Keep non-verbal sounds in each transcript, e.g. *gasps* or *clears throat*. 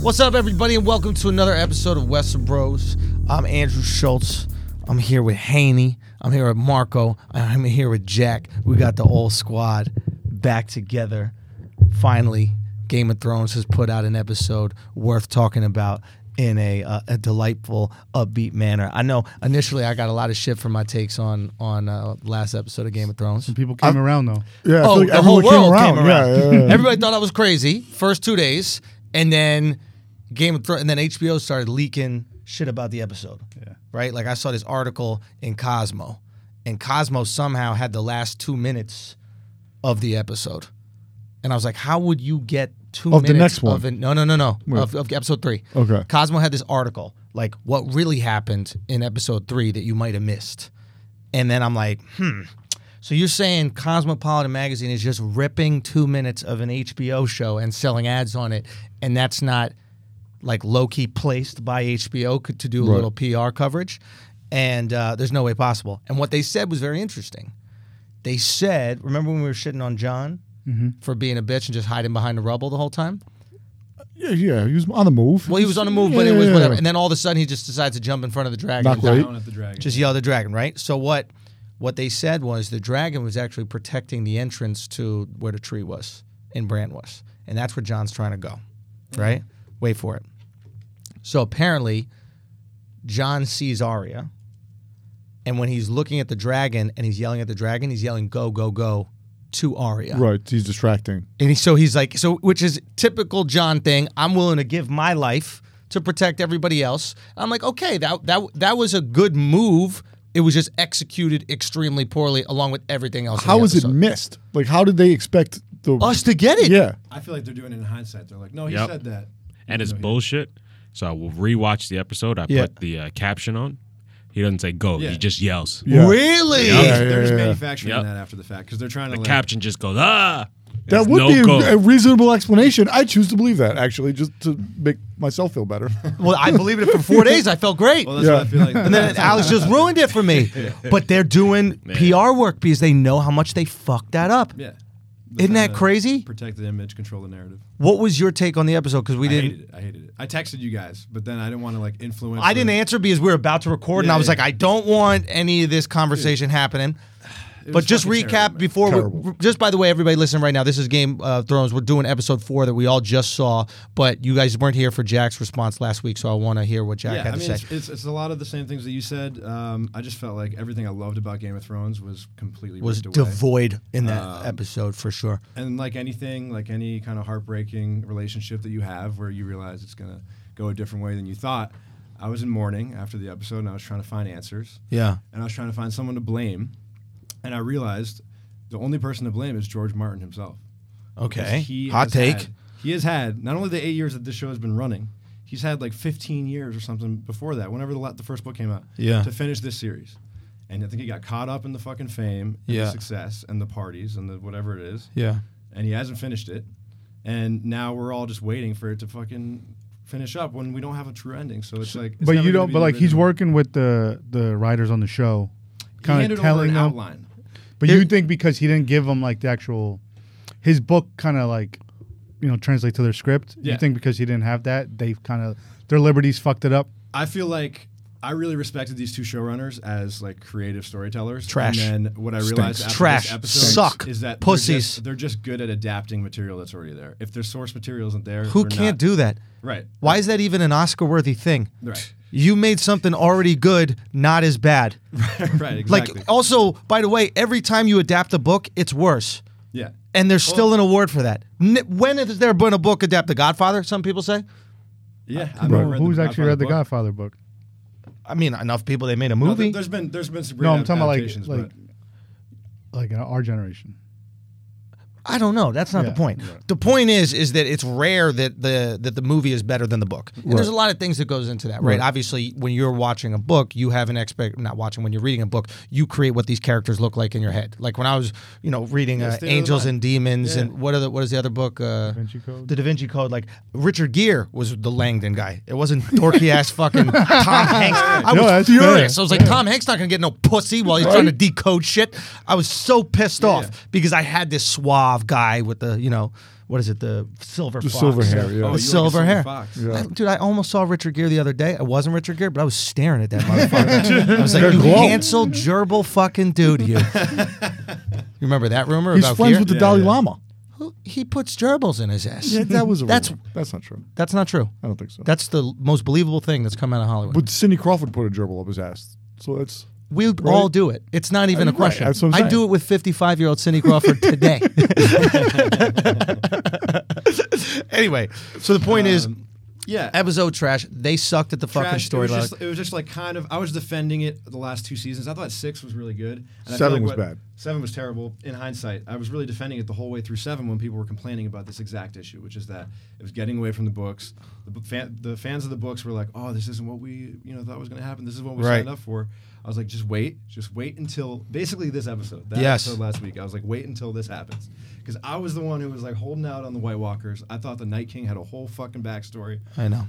What's up, everybody, and welcome to another episode of Western Bros. I'm Andrew Schultz. I'm here with Haney. I'm here with Marco. I'm here with Jack. We got the old squad back together. Finally, Game of Thrones has put out an episode worth talking about in a, uh, a delightful, upbeat manner. I know initially I got a lot of shit for my takes on on uh, last episode of Game of Thrones. People came around though. Yeah, Oh, I feel like the whole everyone world came around. Yeah, yeah, *laughs* yeah. Everybody thought I was crazy first two days, and then Game of Thrones, and then HBO started leaking shit about the episode. Yeah. Right? Like I saw this article in Cosmo, and Cosmo somehow had the last two minutes of the episode, and I was like, how would you get two Of the minutes next one? of an, no no no no Wait. of, of episode three? Okay. Cosmo had this article like what really happened in episode three that you might have missed, and then I'm like, hmm. So you're saying Cosmopolitan magazine is just ripping two minutes of an HBO show and selling ads on it, and that's not like low key placed by HBO c- to do a Right. little PR coverage, and uh, there's no way possible. And what they said was very interesting. They said, remember when we were shitting on John Mm-hmm. for being a bitch and just hiding behind the rubble the whole time? yeah, yeah. He was on the move. *laughs* Well, he was on a move, but it was whatever. And then all of a sudden, he just decides to jump in front of the dragon. Not and great. die. Down at the dragon. Just yell at the dragon, right? So what? What they said was the dragon was actually protecting the entrance to where the tree was and Bran was, and that's where John's trying to go, right? Wait for it. So apparently, John sees Arya, and when he's looking at the dragon and he's yelling at the dragon, he's yelling "Go, go, go!" to Arya. Right, he's distracting. And he, so he's like, so which is typical John thing. I'm willing to give my life to protect everybody else. I'm like, okay, that that that was a good move. It was just executed extremely poorly, along with everything else. in How the was it episode. missed? Like, how did they expect the? Us to get it? Yeah, I feel like they're doing it in hindsight. They're like, no, he Yep. said that. and it's bullshit. So I will rewatch the episode. I Yeah. put the uh, caption on. He doesn't say go. Yeah. He just yells. yeah. Really? They're Yeah. just- they're just yeah, yeah. manufacturing Yep. that after the fact because they're trying to The like, caption just goes ah. That There's would no be go. a, a reasonable explanation. I choose to believe that actually, just to make myself *laughs* feel better. Well, I believed it for four *laughs* days. I felt great. Well, that's what I Yeah. feel like. and then Alex just ruined it for me. But they're doing PR work because they know how much they fucked that up. yeah. Isn't that Kinda crazy? Protect the image, control the narrative. What was your take on the episode? Because we I didn't. hated it. I hated it. I texted you guys, but then I didn't want to like influence. I didn't the- answer because we were about to record, and Yeah, I was yeah. like, I don't want any of this conversation *sighs* happening. But was just fucking recap terrible, man. before. We, Terrible. just by the way, everybody listening right now, this is Game of Thrones. We're doing episode four that we all just saw, but you guys weren't here for Jack's response last week, so I want to hear what Jack Yeah, had to I mean, say. it's, it's, it's a lot of the same things that you said. Um, I just felt like everything I loved about Game of Thrones was completely was ripped away. devoid in that Um, episode for sure. and like anything, like any kind of heartbreaking relationship that you have where you realize it's going to go a different way than you thought. I was in mourning after the episode and I was trying to find answers. Yeah. And I was trying to find someone to blame. And I realized the only person to blame is George Martin himself. Because Okay. he Hot has take. had- he has had not only the eight years that this show has been running, he's had like 15 years or something before that, whenever the, la- the first book came out, Yeah. to finish this series. And I think he got caught up in the fucking fame, and Yeah. the success, and the parties, and the whatever it is Yeah. and he hasn't finished it. And now we're all just waiting for it to fucking finish up when we don't have a true ending. So it's like, it's but never you gonna don't. be But the like he's original. working with the the writers on the show, He kind handed of over telling an them. outline. But you think because he didn't give them like the actual, his book kind of like, you know, translate to their script. Yeah. You think because he didn't have that, they've kind of their liberties fucked it up. I feel like I really respected these two showrunners as like creative storytellers. Trash. And then what I Stinks. realized after Trash. this episode Suck. is that They're Pussies. just, they're just good at adapting material that's already there. If their source material isn't there, Who they're can't not- do that? *laughs* right? *laughs* Why is that even an Oscar worthy thing? Right. You made something already good, not as bad. right. Exactly. Like, oh. also, by the way, every time you adapt a book, it's worse. yeah. And there's still an award for that. N- when has there been a book adapt The Godfather? Some people say. Yeah. I've Bro, never read who's the actually read the book. Godfather book? I mean, enough people they made a No, movie. there- there's been there's been some great No, I'm talking about adaptations, like but- like like in our generation. I don't know. That's not Yeah, the point. right. The point is, is that it's rare that the that the movie is better than the book. And there's a lot of things that goes into that, right? Obviously, when you're watching a book, you have an expect. Not watching when you're reading a book, you create what these characters look like in your head. Like when I was, you know, reading uh, stay out of the Angels line. and Demons, Yeah. and what are the what is the other book? Uh, Vinci Code? The Da Vinci Code. Like Richard Gere was the Langdon guy. It wasn't dorky ass *laughs* fucking Tom Hanks. I No, was that's furious. fair. I was like, Tom Hanks not gonna get no pussy while he's trying to decode shit. I was so pissed off because I had this suave guy with the you know what is it? The silver The fox. silver hair, yeah. The Oh, you like a silver, silver hair. fox. Yeah. I- dude, I almost saw Richard Gere the other day. I wasn't Richard Gere, but I was staring at that *laughs* motherfucker. I was like, They're you glowing." canceled gerbil fucking dude, *laughs* you. you remember that rumor He's about friends Gere? with the Yeah, Dalai *laughs* yeah. Lama. Who- He puts gerbils in his ass. Yeah, that was a That's- rumor. that's not true. That's not true. I don't think so. That's the l- most believable thing that's come out of Hollywood. but Sidney Crawford put a gerbil up his ass, so that's we all do it. It's not even a Right, question. that's what I'm I saying. do it with 55 year old Cindy Crawford today. *laughs* anyway, so the point is, Yeah. Um, episode trash. They sucked at the fucking Trash. story. It was, like- just, it was just like kind of. I was defending it the last two seasons. I thought six was really good. And I feel Seven like was what- bad. Seven was terrible. In hindsight, I was really defending it the whole way through seven when people were complaining about this exact issue, which is that it was getting away from the books. The, b- fan, the fans of the books were like, "Oh, this isn't what we you know thought was going to happen. This is what we Right. signed up for." I was like, "Just wait, just wait until basically this episode." That Yes. episode last week, I was like, "Wait until this happens," because I was the one who was like holding out on the White Walkers. I thought the Night King had a whole fucking backstory I know.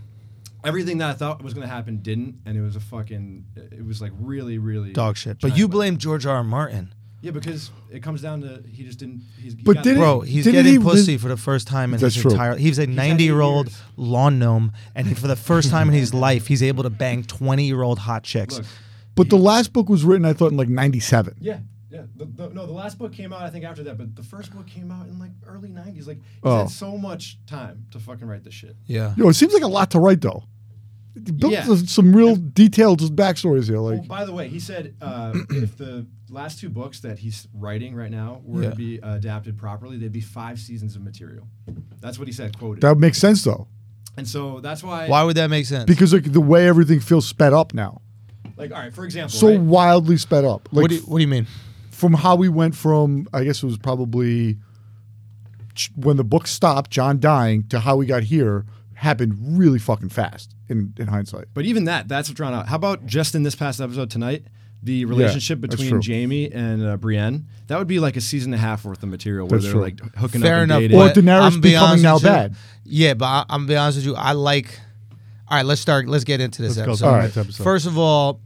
everything that I thought was going to happen didn't, and it was a fucking. It was like really, really Dog shit. giant But you letdown. blame George R. R. Martin. Yeah, because it comes down to he just didn't. He's, he But got- didn't- Bro, he's Didn't getting he pussy live- for the first time in That's his true. entire He's a 90 year old years. lawn gnome, and he- for the first time in his *laughs* life, he's able to bang 20 year old hot chicks. Look, But the last book was written, I thought, in like '97. yeah, yeah. The, the, no, the last book came out I think after that, but the first book came out in like early '90s. Like he's Oh. had so much time to fucking write this shit. Yeah. Yo, it seems like a lot to write though. He Built Yeah. some- some real detailed just backstories here, like Well, Oh, by the way, he said *clears throat* uh, if the last two books that he's writing right now were Yeah. to be adapted properly, they'd be five seasons of material. That's what he said, quoted. that makes sense though, and so that's why, Why would that make sense? because like the way everything feels sped up now, like, all right, for example, so right? wildly sped up. Like what, do you, what do you mean? from how we went from I guess it was probably ch- when the book stopped, John dying, to how we got here happened really fucking fast in, in hindsight. But even that, that's drawn out. How about just in this past episode tonight, the relationship that's between true. Jamie and uh, Brienne? That would be like a season and a half worth of material where That's they're true. like hooking Fair up. enough. And dating. Or but Daenerys I'm be becoming honest now with you- bad. Yeah, but I, I'm gonna be honest with you. I like. All right, let's start. Let's get into this Let's go episode. to the All next episode. First of all,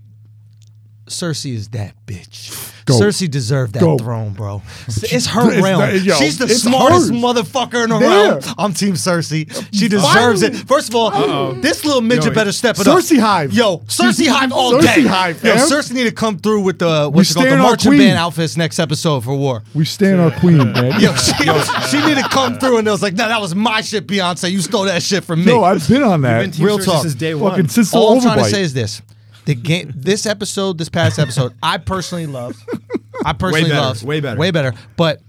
Cersei is that bitch. Go. Cersei deserved that Go. throne, *laughs* bro. It's her It's realm. not- yo, She's the it's smartest hers. motherfucker in the Yeah. realm. I'm Team Cersei. She deserves it. First of all, this little midget Yo, better step it Cersei up. Hive. Yo, Cersei Hive all Cersei day. Hive, Yo, fam. Cersei need to come through with the what's it called, the stand our marching queen. band outfits next episode for war. We stand *laughs* our queen, man. Yo, she, she need to come through and it was like, no, that was my shit, Beyonce. You stole that shit from me. No, I've been on that. Been Team real Cersei talk. Since day one. fucking since the All I'm trying to overbite. say is this: the game, this episode, this past episode, I personally love. I personally better, love. way better. Way better. But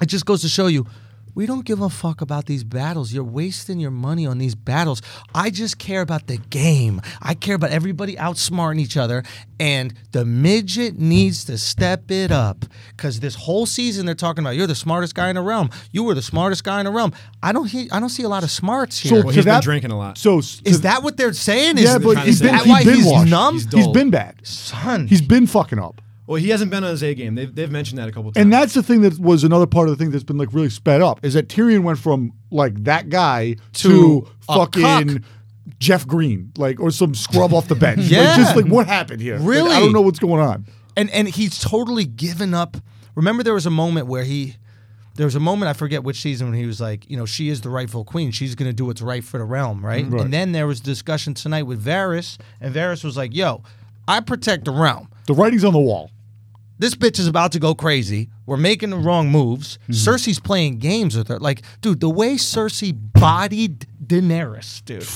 it just goes to show you. We don't give a fuck about these battles. You're wasting your money on these battles. I just care about the game. I care about everybody outsmarting each other. And the midget needs to step it up. Cause this whole season they're talking about you're the smartest guy in the realm. You were the smartest guy in the realm. I don't hear, I don't see a lot of smarts here. Well, he's been drinking a lot. So s- Is to- that what they're saying? Is, yeah, but trying to he's say been, that that he's why been he's washed. numb? He's he's dull. been bad. Son. He's been fucking up. well, he hasn't been on his A game. They've, they've mentioned that a couple times. And that's the thing that was another part of the thing that's been like really sped up is that Tyrion went from like that guy To to, a cock. fucking Jeff Green, like or some scrub off the bench. Yeah. like, just like what happened here? Like, Really? I don't know what's going on. and and he's totally given up. Remember, there was a moment where he, there was a moment I forget which season when he was like, you know, she is the rightful queen. She's going to do what's right for the realm, right? Right. And then there was discussion tonight with Varys, and Varys was like, "Yo, I protect the realm. The writing's on the wall. This bitch is about to go crazy. We're making the wrong moves. Cersei's playing games with her. Like, dude, the way Cersei bodied Daenerys, dude.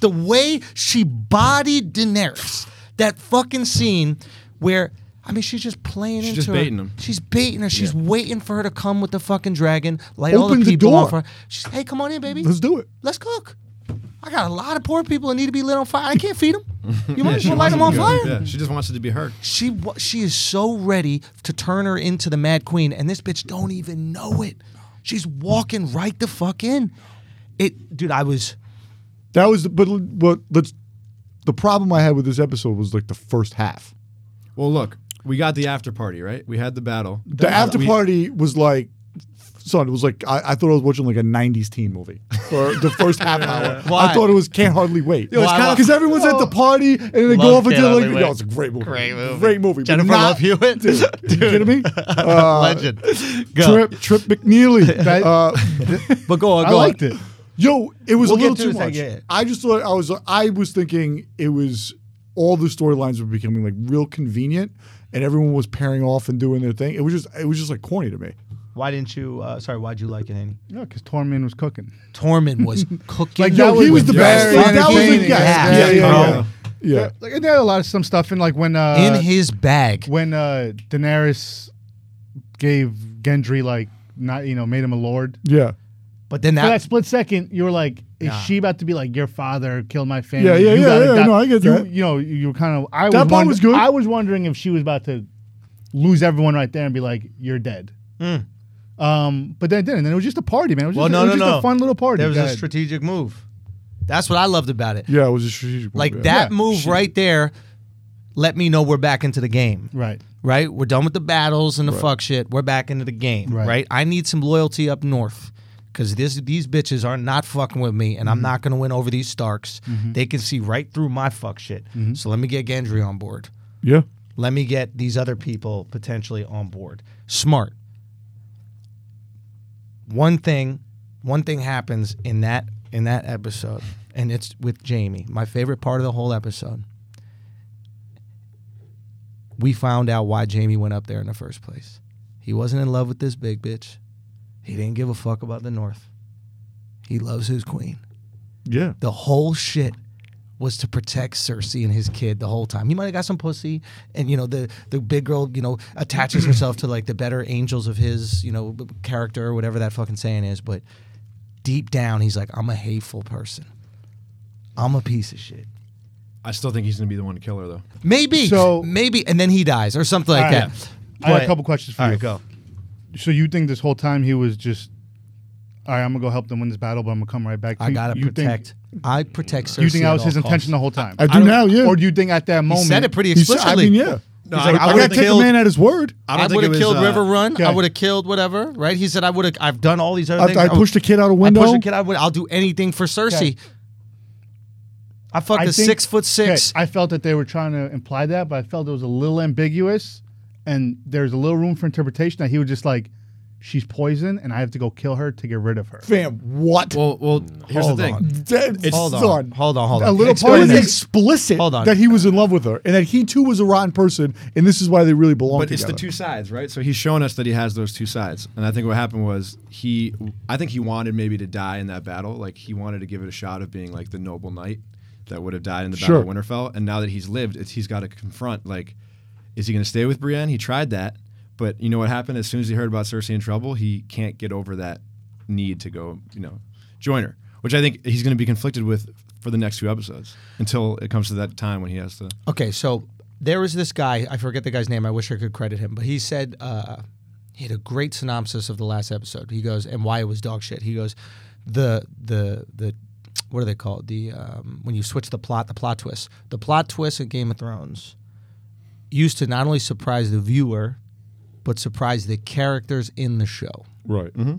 The way she bodied Daenerys. That fucking scene where I mean, she's just playing into just her. baiting him. She's baiting her. She's waiting for her to come with the fucking dragon, light all the Open the people door. off her. She's hey, come on in, baby. Let's do it. Let's cook. I got a lot of poor people that need to be lit on fire. I can't feed them. You might as well light them on fire. Yeah, she just wants it to be heard. She wa- she is so ready to turn her into the Mad Queen, and this bitch don't even know it. She's walking right the fuck in. It, dude. I was *laughs* That was the, but but let's the problem I had with this episode was like the first half. Well, look, we got the after party, right? We had the battle. The after We- party was like son, it was like I, I thought I was watching like a '90s teen movie for the first *laughs* half hour. Why? I thought it was Can't Hardly Wait. Yo, it's Why- kinda- because everyone's at the party and then they Love go off and Can't do like, Hardly Wait. no, it's a great movie, Great movie. great movie. but Jennifer not- Love Hewitt. Dude, you kidding *laughs* me? Uh, Legend. Go. Trip, Trip *laughs* McNeely. Uh, But Oh, go on, I go on. liked it. Yo, it was We'll a get little to too it, much. yeah, yeah. I just thought I was I was thinking it was all the storylines were becoming like real convenient and everyone was pairing off and doing their thing. It was just it was just like corny to me. Why didn't you? Uh, sorry, why'd you like it, Haney? Yeah, because Tormin was cooking. Tormund was cooking. Like yo, he was the very best. Like, that was the entertaining. guy. Yeah, Yeah, yeah, yeah. bro. Yeah. Like, and there are a lot of some stuff in like when uh, in his bag. when uh, Daenerys gave Gendry like not you know made him a lord. Yeah. But then For that that split second, you were like, "Is Nah. she about to be like your father killed my family?" Yeah, yeah, you yeah, gotta yeah, die." no, I get you, that. You know, you were kind of. I That was part wonder- was good. I was wondering if she was about to lose everyone right there and be like, "You're dead." Um, but then it didn't. And it was just a party, man. It was Hmm. Well, just, no, it was no, just no. a fun little party. there was Go a ahead. strategic move. That's what I loved about it. Yeah, it was a strategic move, Like yeah. that Yeah. move right there. Let me know we're back into the game. right. right? We're done with the battles and the fuck shit. We're back into the game, right? Right. I need some loyalty up north because this these bitches are not fucking with me, and I'm not gonna win over these Starks. They can see right through my fuck shit. So let me get Gendry on board. Yeah. Let me get these other people potentially on board. Smart. One thing, one thing happens in that in that episode, and it's with Jamie. My favorite part of the whole episode. We found out why Jamie went up there in the first place. He wasn't in love with this big bitch. He didn't give a fuck about the North. He loves his queen Yeah. the whole shit was to protect Cersei and his kid the whole time. He might have got some pussy, and you know the the big girl, you know, attaches herself to like the better angels of his, you know, b- character or whatever that fucking saying is. But deep down, he's like, I'm a hateful person. I'm a piece of shit. I still think he's gonna be the one to kill her though. Maybe, So- maybe, and then he dies or something like All right. that. I have But- a couple questions for All you. right, go. So you think this whole time he was just, all right, I'm gonna go help them win this battle, but I'm gonna come right back. to I you." gotta you protect. I protect Cersei. Think, you think at that was all his intention the costs. whole time? I do now, yeah. Or do you think at that He moment said it pretty He's- explicitly. I mean, yeah. No, like, I I would've gotta take killed- a man at his word. don't I think would it have was, killed uh, River Run. I Okay. would have killed whatever, right? He said I would have. I've done all these other I, things. I pushed a kid out a window. I pushed a kid. I would. I'll do anything for Cersei. Okay. I fucked I a think- six foot six. Okay, I felt that they were trying to imply that, but I felt it was a little ambiguous, and there's a little room for interpretation that he was just like, "She's poison, and I have to go kill her to get rid of her." Fam, what? Well, well, here's Hold the thing. on. Dead hold on. son. Hold on. Hold on. a little Explain part was this. explicit Hold on. that he was in love with her and that he too was a rotten person and this is why they really belong But it's together. the two sides, right? So he's shown us that he has those two sides, and I think what happened was he, I think he wanted maybe to die in that battle, like he wanted to give it a shot of being like the noble knight that would have died in the Sure. Battle of Winterfell, and now that he's lived, it's, he's got to confront like, is he going to stay with Brienne? He tried that, but you know what happened? As soon as he heard about Cersei in trouble, he can't get over that need to go, you know, join her, which I think he's going to be conflicted with for the next few episodes until it comes to that time when he has to. Okay, so there was this guy. I forget the guy's name. I wish I could credit him, but he said uh, he had a great synopsis of the last episode. He goes and why it was dog shit. He goes the the the what are they called? The um, when you switch the plot, the plot twist, the plot twist in Game of Thrones used to not only surprise the viewer, but surprise the characters in the show. right. Mm-hmm.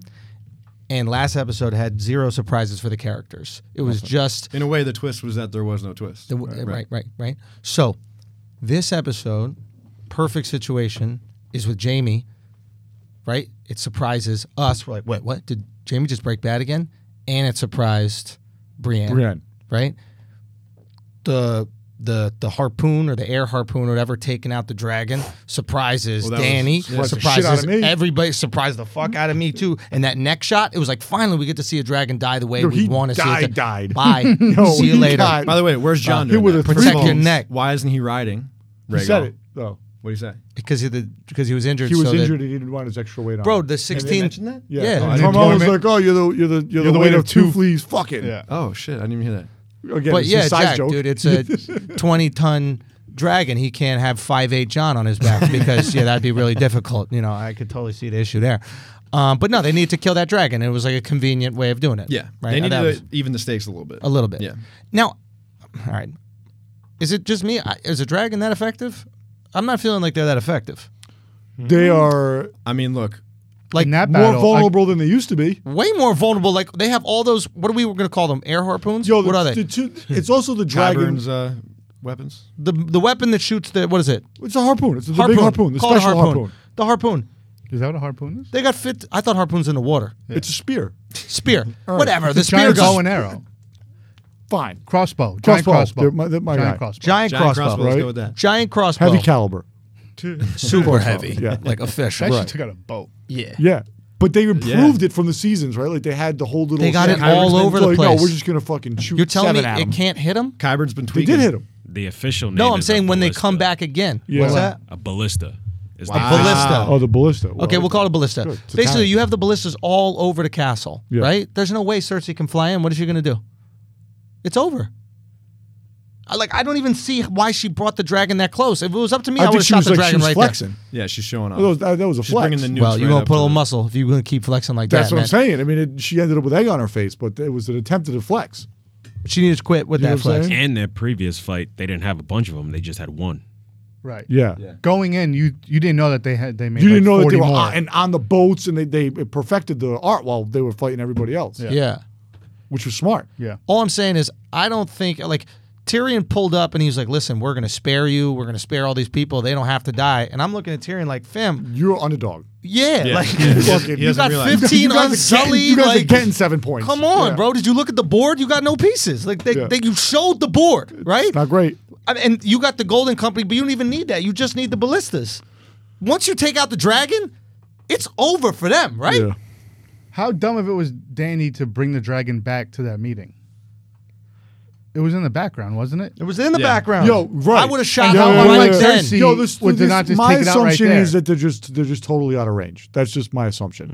And last episode had zero surprises for the characters. It was just In a way, the twist was that there was no twist. the w- right, right, right. So, this episode, perfect situation is with Jamie, right? It surprises us. We're like, wait, what? Did Jamie just break bad again? And it surprised Brienne, Brienne. right? The the the harpoon or the air harpoon or whatever taking out the dragon surprises Well, that was- Danny, surprised the surprises shit out of me. everybody, surprised the fuck out of me too. And that neck shot, it was like finally we get to see a dragon die the way Yo, we he want to see it. died, die. died. *laughs* Bye. Yo, see you he later. died. By the way, where's Uh, John? Hit doing with that? a three First of Protect your neck. Why isn't he riding? He Rhaegal? said it though. What do you say? because he the because he was injured. He was so that- injured and he didn't want his extra weight on. bro. him. The sixteen. mention that? yeah. yeah. Oh, I And didn't Carmel was know. like, "Oh, you're the you're the you're, the, weight, of two fleas fucking." Yeah. Oh shit! I didn't even hear that. Again, But it's yeah, a size Jack, joke. dude, it's *laughs* a twenty-ton dragon. He can't have five eight John on his back because yeah, that'd be really difficult. You know, I could totally see the issue there. Um, but no, they need to kill that dragon. It was like a convenient way of doing it. Yeah, right. they Now need that to was even the stakes a little bit. a little bit. Yeah. Now, all right. Is it just me? I- Is a dragon that effective? I'm not feeling like they're that effective. they are I mean, look, Like in that More battle, I- vulnerable than they used to be. way more vulnerable. Like they have all those. What are we going to call them? Air harpoons? Yo, the, what are they? the two, *laughs* it's also the dragon. Dragons uh, weapons. the the weapon that shoots the what is it? It's a harpoon. It's a big harpoon. The Call it special harpoon. The harpoon. is that what a harpoon is? They got fit. I thought harpoons in the water. It's a spear. Spear. *laughs* Whatever. The It's a spear giant goes. bow and arrow, Fine. crossbow, giant Crossbow. crossbow, They're my- they're my giant guy. crossbow. Giant, Giant crossbow. crossbow. Let's right? go with that. Giant crossbow. Heavy caliber. Super heavy. yeah. Like a fish. That Right. shit took out a boat. Yeah. Yeah. But they improved it from the seasons, right? Like they had the whole little. They got it Sandheimer's all thing. over the Like, place. No, we're just gonna fucking shoot. You're telling seven me at 'em. it can't hit them? Kyburn's been They tweaking. did hit him. The official name. No, I'm is a saying when they ballista. Ah. come back again. Yeah. What's that? a ballista. Is A ballista. Oh, the ballista. Well, Okay, we'll call it a ballista. Good. It's Basically, Italian. you have the ballistas all over the castle, Yeah. right? There's no way Cersei can fly in. What is she going to do? It's over. I, like I don't even see why she brought the dragon that close. If it was up to me, I, I would think have she shot was the like she dragon was right flexing. Yeah, she's showing off. That was, that, that was a she's flex. bringing the there. nukes Well, you're right gonna up put a to little the- muscle if you're gonna keep flexing like That's that. what man. I'm saying. I mean, it, she ended up with egg on her face, but it was an attempted flex. She needed to quit with You know that what I'm flex. saying? And their previous fight, they didn't have a bunch of them. They just had one. Right. Yeah. Yeah. Going in, you you didn't know that they had they made. You like didn't know that 40 they were more. on, and on the boats, and they, they perfected the art while they were fighting everybody else, Yeah. Yeah. which was smart. yeah. All I'm saying is I don't think like Tyrion pulled up and he was like, "Listen, we're gonna spare you. We're gonna spare all these people. They don't have to die." And I'm looking at Tyrion like, "Fam, You're underdog. yeah, *laughs* Yeah. like." Yeah. Fucking- *laughs* He You doesn't got realize. 15 *laughs* You guys, are unsullied. getting, you guys like, are getting seven points. Come on, Yeah. bro. Did you look at the board? You got no pieces. Like they, Yeah. they you showed the board, right? Not great. I mean, and you got the golden company, but you don't even need that. You just need the ballistas. Once you take out the dragon, it's over for them, right? Yeah. How dumb if it was Danny to bring the dragon back to that meeting? It was in the background, wasn't it? It was in the Yeah. background. Yo, right. I would have shot Yeah, out yeah, one yeah, right yeah. then. Cersei- Yo, this, Would they this- not just my take it out right assumption there? is that they're just they're just totally out of range. That's just my assumption,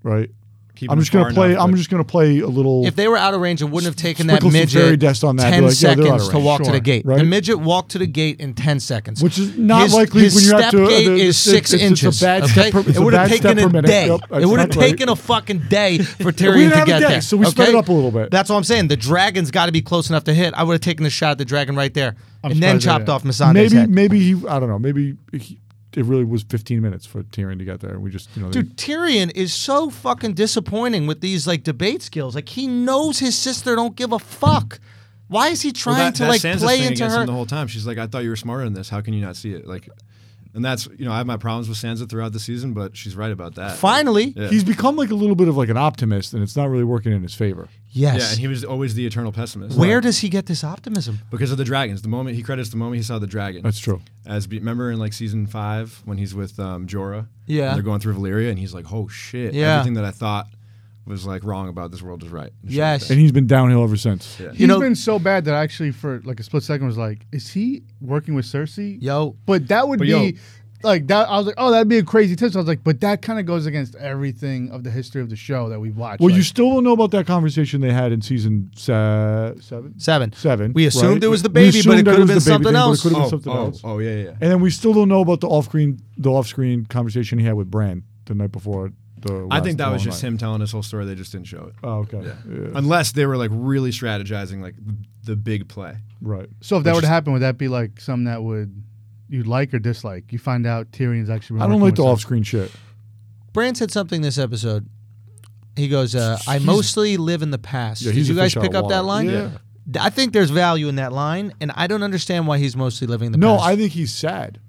Mm-hmm. right? Keeping I'm him just gonna far play. enough I'm that- just gonna play a little. If they were out of range, it wouldn't have taken that Sprinkle some fairy midget dust on that, be ten like, yo, they're out of seconds to range. walk to Sure. the gate. The Right? midget walked to the gate in ten seconds, which is not his, likely his when you're step at the, gate uh, the- is it's- six it's, inches. It's a bad okay? step per, it's it would a have bad taken step per a minute. day. Yep, it that's would have exactly right. taken a fucking day *laughs* for Tyrion didn't to have a get day, there. so we sped okay? it up a little bit. That's what I'm saying. The dragon's got to be close enough to hit. I would have taken the shot at the dragon right there, I'm and then surprised they chopped didn't. off Missandei's Maybe head. maybe he. I don't know. Maybe he, it really was 15 minutes for Tyrion to get there. We just you know. Dude, Tyrion is so fucking disappointing with these like debate skills. Like he knows his sister don't give a fuck. Why is he Well, trying to like Sansa's play thing into against her? him the whole time. She's like, I thought you were smarter than this. How can you not see it? Like, and that's you know I have my problems with Sansa throughout the season, but she's right about that. Finally, they, Yeah. he's become like a little bit of like an optimist, and it's not really working in his favor. yes. yeah, and he was always the eternal pessimist. Where Like, does he get this optimism? because of the dragons. The moment he credits the moment he saw the dragon. That's true. As be, remember in like season five when he's with um, Jorah. Yeah. and they're going through Valyria, and he's like, oh shit, Yeah. everything that I thought was like wrong about this world is right. and shit Yes. like that. And he's been downhill ever since. Yeah. He's You know- been so bad that I actually for like a split second was like, is he working with Cersei? Yo, But that would But be yo- like that. I was like, oh, that'd be a crazy twist. I was like, but that kind of goes against everything of the history of the show that we've watched. Well, you Like, still don't know about that conversation they had in season se- seven. seven. Seven. We assumed right? it was the We baby, but assumed it that could have was been the baby something thing, but it else. could have been Oh, something oh, else. oh, yeah, yeah, yeah. And then we still don't know about the off-screen the off-screen conversation he had with Bran the night before. The I last- think that the long was just night. him telling his whole story. They just didn't show it. Oh, okay. Yeah, Unless they were like really strategizing, like the big play. right. so if that would happen, would that be like something that would you'd like or dislike? You find out Tyrion's actually. Been I working don't like with the Cersei. off-screen shit. Bran said something this episode. He goes, uh, "I mostly live in the past." Yeah, Did he's you a guys fish out pick of up that line? water. Yeah. Th- I think there's value in that line, and I don't understand why he's mostly living in the No, past. I think he's sad.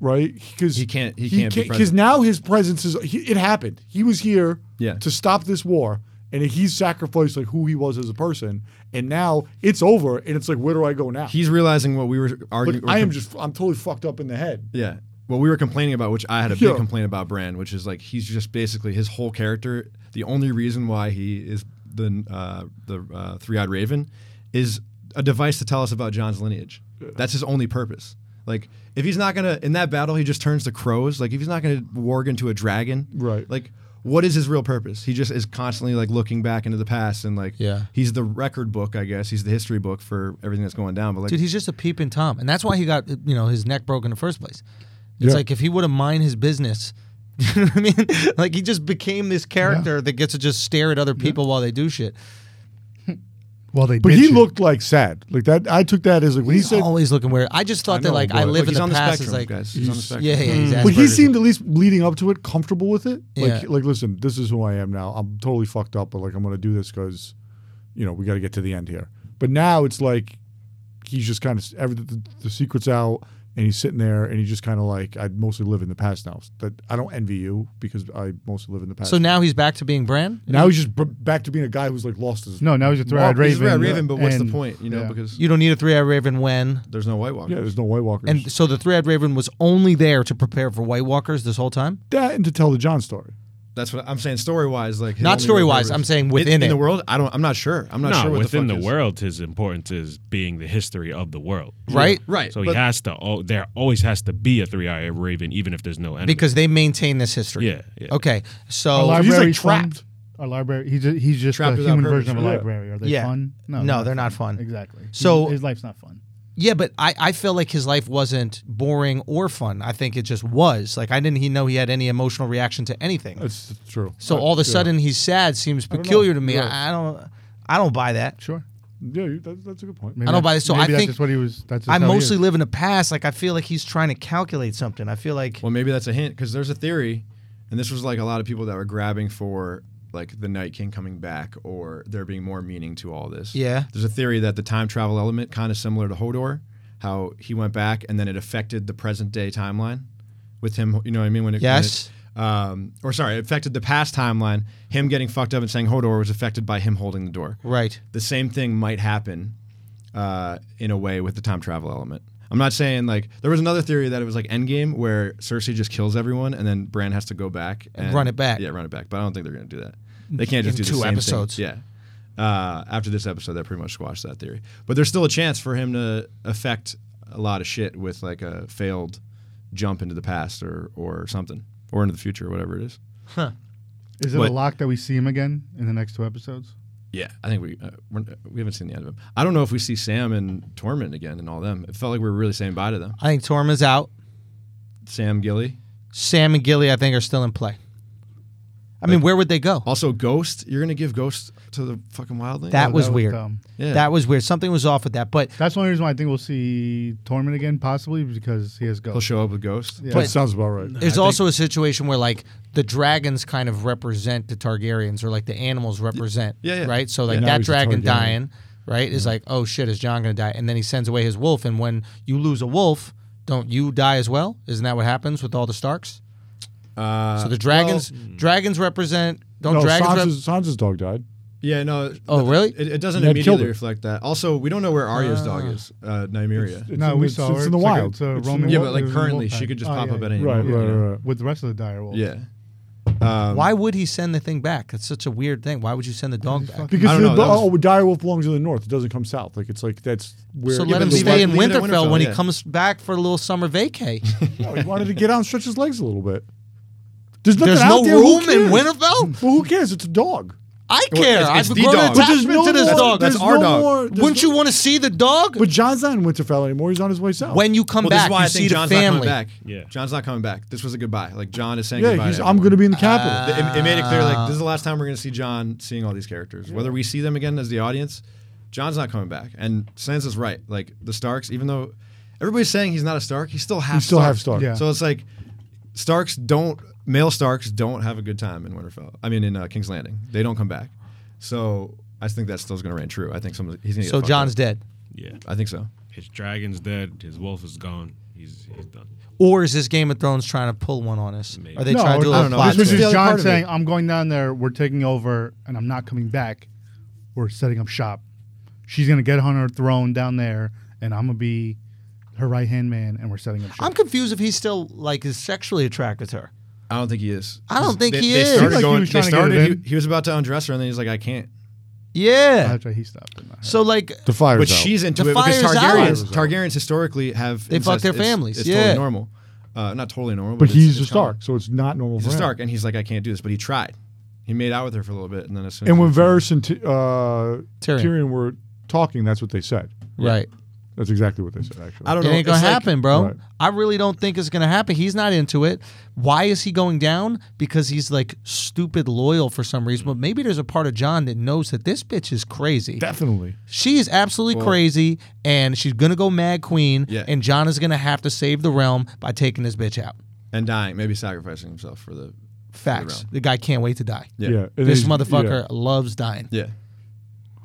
Right? Because He can't- he can't be Because present. now his presence is. He, it happened. He was here. Yeah. To stop this war, and he's sacrificed like who he was as a person, and now it's over, and it's like where do I go now? He's realizing what we were Like, arguing. I am just. I'm totally fucked up in the head. Yeah. What we were complaining about, which I had a big Yeah. complaint about Bran, which is like he's just basically his whole character. The only reason why he is the uh, the uh, three eyed raven is a device to tell us about John's lineage. That's his only purpose. Like if he's not gonna in that battle, he just turns to crows. Like if he's not gonna warg into a dragon, Right. Like what is his real purpose? He just is constantly like looking back into the past and like Yeah. he's the record book, I guess. He's the history book for everything that's going down. But like Dude, he's just a peeping tom, and that's why he got you know his neck broke in the first place. It's Yeah. like if he would have mind his business, *laughs* you know what I mean? *laughs* Like he just became this character that gets to just stare at other people while they do shit. Well, they But did he shoot. looked like sad. Like that, I took that as like when He's he said. always looking weird. I just thought that know, like I but- live in Like, he's the on the past. spectrum, is like guys. He's on the spectrum. Mm. yeah, yeah, he's But he Asperger's. seemed at least leading up to it comfortable with it. Like, Yeah. like listen, this is who I am now. I'm totally fucked up, but like I'm gonna do this because, you know, we got to get to the end here. But now it's like he's just kind of every the, the secret's out, and he's sitting there, and he's just kind of like I mostly live in the past now. That I don't envy you because I mostly live in the past. So now he's back to being Bran. now he's just b- back to being a guy who's like lost his. No, now he's a three-eyed Well, he's raven. a Red Raven, but what's the and- point? You know, yeah. because You don't need a three-eyed raven when. there's no White Walker. Yeah, there's no White Walkers. And so the three-eyed raven was only there to prepare for White Walkers this whole time. that and to tell the John story. That's what I'm saying. Story wise, like his Not only story-wise, purpose- I'm saying within in, it. the world. I don't. I'm not sure. I'm not no, sure what within the, fuck the, is. world, his importance is being the history of the world. Right? Right. So he but- has to. Oh, there always has to be a three-eyed raven, even if there's no enemy. Because they maintain this history. yeah, yeah. Okay. Our So he's, like, library's fun. trapped. Our library. He's just, he's just Trapped a without human purpose, version of a yeah. library. Are they Yeah. fun? No, No, not they're not fun. Exactly. He's- So- his life's not fun. yeah, but I I feel like his life wasn't boring or fun. I think it just was. Like I didn't he know he had any emotional reaction to anything. That's true. So Uh, all of yeah. a sudden he's sad seems know. peculiar to me. Yeah. I, I don't I don't buy that. Sure. yeah, you- that, that's a good point. Maybe I don't buy that's- this. So maybe I that's think just what he was. That's just I how he mostly is. live in the past. Like I feel like he's trying to calculate something. I feel like Well, maybe that's a hint because there's a theory, and this was like a lot of people that were grabbing for like the Night King coming back or there being more meaning to all this. Yeah. There's a theory that the time travel element, kind of similar to Hodor, how he went back and then it affected the present day timeline with him. You know what I mean? When it, when it- Yes. um, or sorry, it affected the past timeline. Him getting fucked up and saying Hodor was affected by him holding the door right. the same thing might happen uh, in a way with the time travel element. I'm not saying like there was another theory that it was like Endgame where Cersei just kills everyone and then Bran has to go back and, run it back. Mm, Yeah, run it back. But I don't think they're gonna do that. They can't just In do the two same thing. episodes. Yeah. Uh, after this episode, that pretty much squashed that theory. But there's still a chance for him to affect a lot of shit with like a failed jump into the past or or something or into the future or whatever it is. Is it What? a lock that we see him again in the next two episodes? Yeah, I think we uh, we're, we haven't seen the end of him. I don't know if we see Sam and Tormund again and all them. It felt like we were really saying bye to them. I think Torma's out. Sam Gilly, Sam and Gilly, I think, are still in play. I mean, where would they go? also Ghost. You're gonna give Ghost to the fucking wildling. That was that was weird. dumb. Yeah. That was weird. Something was off with that. But That's the only reason why I think we'll see Torment again, possibly because he has he'll ghosts. show up with Ghost. Yeah. That sounds about right. there's also a situation where like the dragons kind of represent the Targaryens, or like the animals represent. Yeah, yeah. Right. So like Yeah. Now that he's a dragon Targaryen. dying, right, is like, oh shit, is John gonna die? And then he sends away his wolf. And when you lose a wolf, don't you die as well? Isn't that what happens with all the Starks? Uh, So the dragons, dragons represent. Don't No, dragons? Rep- Sansa's, Sansa's dog died. yeah, no. Oh, th- really? It, it doesn't Ned killed immediately her. reflect that. Also, we don't know where Arya's dog Ah. is. Uh, Nymeria. It's No, in we the- saw it's her. in the It's like a- wild. it's a It's in the Roman yeah, wild. but like there's a currently, wolf she pack. could just Oh, pop yeah, up yeah. at any Right, moment. you know? right, right. with the rest of the dire wolves. Yeah. Um, Why would he send the thing back? That's such a weird thing. Why would you send the dog back? Because I don't the, know, that was- oh, a direwolf belongs to the north. It doesn't come south. Like it's like that's where. So Yeah, let but him leave stay it- in leave it at Winterfell, when he Winterfell, yeah. comes back for a little summer vacay. no, he wanted to get out and stretch his legs a little bit. There's nothing There's out no there. room Who in cares? Winterfell. Well, who cares? It's a dog. *laughs* I Well, care. it's- I've it's the grown dog. But attachment to this more- dog. That's there's our no dog. More, there's Wouldn't no- you want to see the dog? But John's not in Winterfell anymore. He's on his way south. when you come Well, this is back, why you I see think the John's not coming family. back. Yeah. John's not coming back. This was a goodbye. Like John is saying yeah, goodbye. he's, to I'm everyone. going to be in the capital. Th- it, it made it clear like this is the last time we're going to see John seeing all these characters. Whether we see them again as the audience, John's not coming back. And Sansa's right. Like the Starks, even though everybody's saying he's not a Stark, he's still half. He's still Stark. half Stark. Yeah. So it's like Starks don't male Starks don't have a good time in Winterfell. I mean in uh, King's Landing, they don't come back. So I think that's still going to reign true. I think some he's going to. So John's dead, yeah. I think so. His dragon's dead. His wolf is gone. He's he's done. or is this Game of Thrones trying to pull one on us? Maybe. Are they No, trying to do a I little don't know. plot? This was twist? just part John of saying, it. "I'm going down there. We're taking over, and I'm not coming back. We're setting up shop. She's gonna get on her throne down there, and I'm gonna be her right hand man, and we're setting up shop." I'm confused if he's still like is sexually attracted to her. I don't think he is. I don't think they, he they is. Started Seems like he going, was they trying to get it started. in. He, he was about to undress her, and then he's like, "I can't." Yeah. That's why he stopped. in there. So like, the fire's But out. she's into The it because fire's Targaryens, out. Targaryens historically have They fuck incest. their It's- families, It's yeah. totally normal. Uh, not totally normal, but but, it's- he's a it's common. Stark, so it's not normal He's for a him. Stark, and he's like, I can't do this. But he tried. He made out with her for a little bit, and then as soon as And he- when Varys and T- uh, Tyrion. Tyrion were talking, that's what they said. right. That's exactly what they said. Actually, I don't It know. ain't gonna it's like- happen, bro. Right. I really don't think it's gonna happen. He's not into it. Why is he going down? Because he's like stupid loyal for some reason. But maybe there's a part of John that knows that this bitch is crazy. Definitely. She is absolutely crazy, and she's gonna go mad queen. Yeah. And John is gonna have to save the realm by taking this bitch out. and dying, maybe sacrificing himself for the Facts. realm. The guy can't wait to die. Yeah. And then This he's- motherfucker yeah. loves dying. yeah.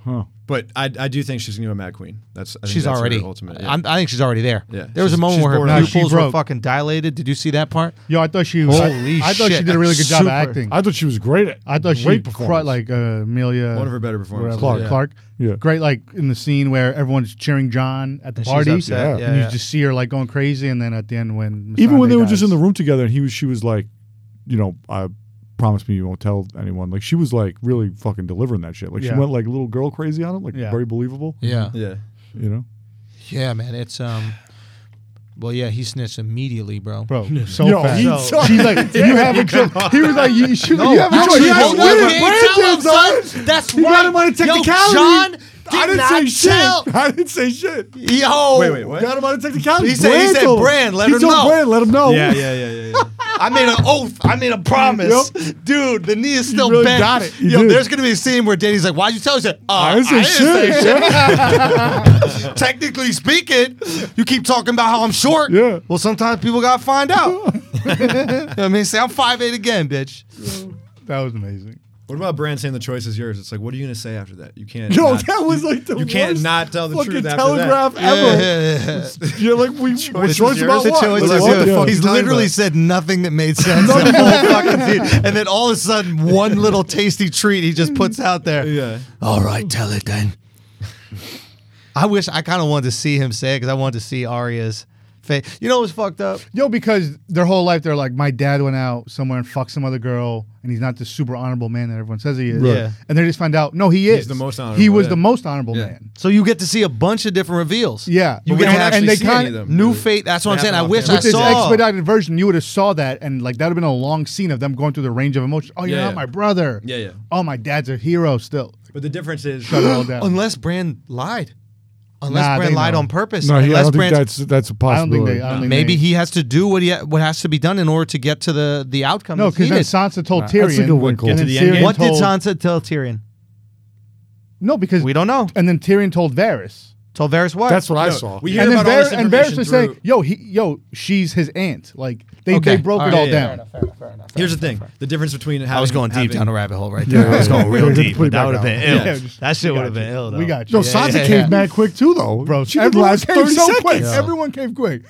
Huh. But I, I do think she's gonna be a mad queen. That's I think She's that's her already. ultimate. I, Yeah. I think she's already there. Yeah. There was a She's- moment she's where her borderline. Nah, she pupils were broke. fucking dilated. Did you see that part? Yo, I thought she. Holy I, I thought she shit. did a really good job Super. acting. I, I thought she was great. At, thought she great cri- performance. like uh, Amelia. One of her better performances. Clark. Yeah. Clark. Yeah. Great, like in the scene where everyone's cheering John at the And she's party, upset. Yeah. Yeah, and you yeah. just see her like going crazy, and then at the end when even when Missandei they were just dies. in the room together, and he was she was like, you know, I promise me you won't tell anyone. Like she was like really fucking delivering that shit. Like she Yeah. went like little girl crazy on him. Like Yeah. very believable. Yeah. Yeah. You know. Yeah, man. It's um. Well, yeah, he snitched immediately, bro. *laughs* bro, so Yo, fast. he- So- She's *laughs* like, you have a choice. He was like, you, she, you have a Actually, choice. you know Wait, what? wait, You wait, can't tell him, James, son. That's You right. got him on a technicality. Yo, John I did didn't not say shit. tell. *laughs* I didn't say shit. Yo. Wait, wait, what? Got him on a technicality. He said- he said told him. Brand, let he her told know. Brand, let him know. *laughs* Yeah, yeah, yeah, yeah, yeah. I made an oath. I made a promise. Dude, the knee is still really bent. got it. You Yo, did. there's going to be a scene where Danny's like, why'd you tell us that? Uh, I didn't say shit. shit. *laughs* Technically speaking, you keep talking about how I'm short. Yeah. Well, sometimes people got to find out. *laughs* *laughs* you know what I mean? Say, I'm 5'8 again, bitch. That was amazing. What about Brand saying the choice is yours? It's like, what are you gonna say after that? You can't. *laughs* Yo, not- that was like the you can't worst not tell the fucking truth after telegraph that. ever. *laughs* Yeah. You're like we we're is choice yours. about The what? choice Like, is what the yours. fuck? He's talking literally about? said nothing that made sense. the whole *laughs* fucking scene. And then all of a sudden, one little tasty treat he just puts out there. Yeah. All right, tell it then. I wish I kind of wanted to see him say it because I wanted to see Arya's face. You know what's fucked up? Yo, because their whole life they're like, my dad went out somewhere and fucked some other girl, and he's not the super honorable man that everyone says he is. Right. Yeah. And they just find out, no, he is. the most He honorable, was yeah. the most honorable Yeah. man. So you get to see a bunch of different reveals. Yeah. you But get we don't to- actually and they see any kind of them. new They fate. That's what I'm happen saying. I off wish camera. I With this saw. expedited version, you would have saw that, and like that would have been a long scene of them going through the range of emotions. Oh, you're Yeah, not yeah. my brother. Yeah, yeah. Oh, my dad's a hero still. But the difference is, Shut it all down. *gasps* Unless Brand lied. Unless Nah, Brand they lied know. on purpose. *laughs* No, he, I Unless don't think Brand's- that's that's a I don't think possibility. they. I don't think maybe they- he has to do what he what has to be done in order to get to the the outcome. No, that's because then needed. Sansa told Nah, that's a Tyrion. good one, Cole. and Get to then the end Tyrion game. What did told- Sansa tell Tyrion? No, because We don't know. and then Tyrion told Varys. Told Varys what? That's what I No, saw. we hear and then about all this Var- and Varys information was saying, through- "Yo, he, yo, she's his aunt." Like they, Okay. they broke All it right. all Yeah, yeah, down. here's the thing: the difference between having, I was going deep having- down a rabbit hole right there. I was going real deep. Put But that it back would have out. been ill. Yeah, just- that shit we would have got been you. ill. Though. We got you. No, Yeah, Sansa yeah, came yeah. mad quick too, though, Bro, She did everyone last came thirty so quick. seconds. Everyone came quick.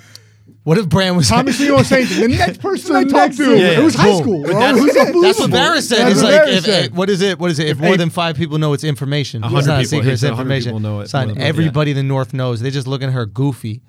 What if Bran was? *laughs* Promise me you won't say anything. The next *laughs* person I talked to, Yeah, yeah. it was high Boom. school. But bro. that's- It was That's what unbelievable. Varys said. That's He's what like, Varys if, said. eh, what is it? What is it? If more eight- than five people know, it's information. It's hundred not a people. secret. He It's said a hundred information. people know it Son, more than- everybody in the North knows. They're just looking at her goofy.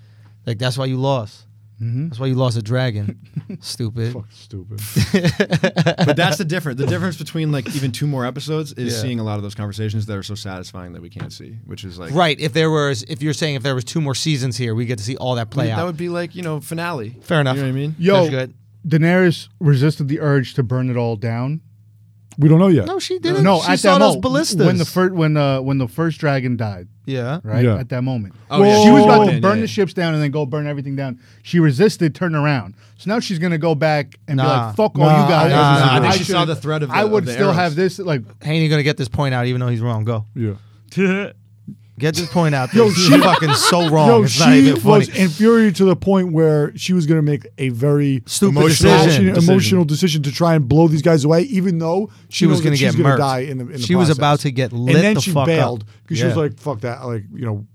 Like that's why you lost. That's why you lost a dragon. Stupid. Fuck, stupid. but that's the difference. The difference between like even two more episodes is Yeah. seeing a lot of those conversations that are so satisfying that we can't see, which is like Right. If there was, if you're saying if there was two more seasons here, we get to see all that play That out. would be like you know finale. Fair enough. You know what I mean? That's Yo, good. Daenerys resisted the urge to burn it all down. We don't know yet. No, she didn't. no, she at saw that those moment, ballistas. when the first when uh, when the first dragon died, yeah. right Yeah. at that moment, Oh, yeah, she was she about walked to in, burn yeah, the yeah. ships down and then go burn everything down. She resisted, turn around. So now she's gonna go back and Nah. be like, "Fuck all Nah, you guys." nah, nah, nah. I think she saw should've- the threat of the- I of would the still arrows. have this like Haney gonna get this point out, even though he's wrong. Go. *laughs* Yeah. Get this point *laughs* out. Yo, she's fucking so wrong. Yo, Oh, it's she not even funny. was infuriated to the point where she was going to make a very Stupid emotional, decision. passionate, emotional decision to try and blow these guys away, even though she, she knows was going that to get she's gonna murked. die in the, in the she was process. about to get lit and then the she fuck bailed because she was Yeah. like, "Fuck that!" Like you know,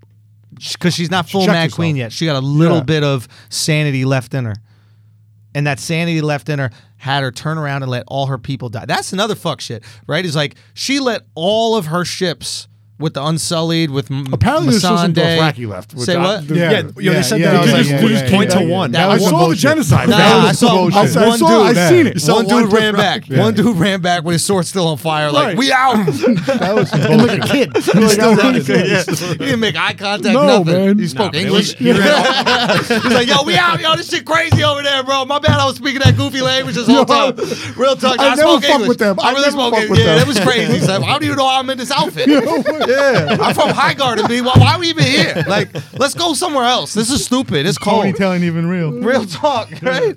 because she's not full checked mad herself. queen yet. She got a little Yeah. bit of sanity left in her, and that sanity left in her had her turn around and let all her people die. That's another fuck shit, right? It's like she let all of her ships. With the Unsullied, with M- apparently there's still some Missandei- Dothraki left. which Say I- what? Yeah, yeah. yo, they Yeah, said yeah, that. I They was just, like, they yeah, just yeah, point yeah, to yeah. one. That That I was was saw some the bullshit. genocide. Nah, That was I the saw, bullshit. I saw I one saw- I dude. seen it. One Yeah. dude ran back. One dude ran back with his sword still on fire. Like Right. we *laughs* out. that was some bullshit. kid. He still running. *laughs* Yeah. He didn't make eye contact. No, nothing. man. He spoke Nah, man, it English. was- *laughs* He's like, yo, we out, yo. This shit crazy over there, bro. My bad. I was speaking that goofy language this *laughs* whole Yo, time. Real talk. I I, never spoke fuck English. with them. I really never spoke fuck English. with Yeah, them. that was crazy. son. I don't even know how I'm in this outfit. Yeah. I'm from High Garden, B. Why, why are we even here? Like, let's go somewhere else. This is stupid. It's cold. Ponytailing even real. Real talk, right?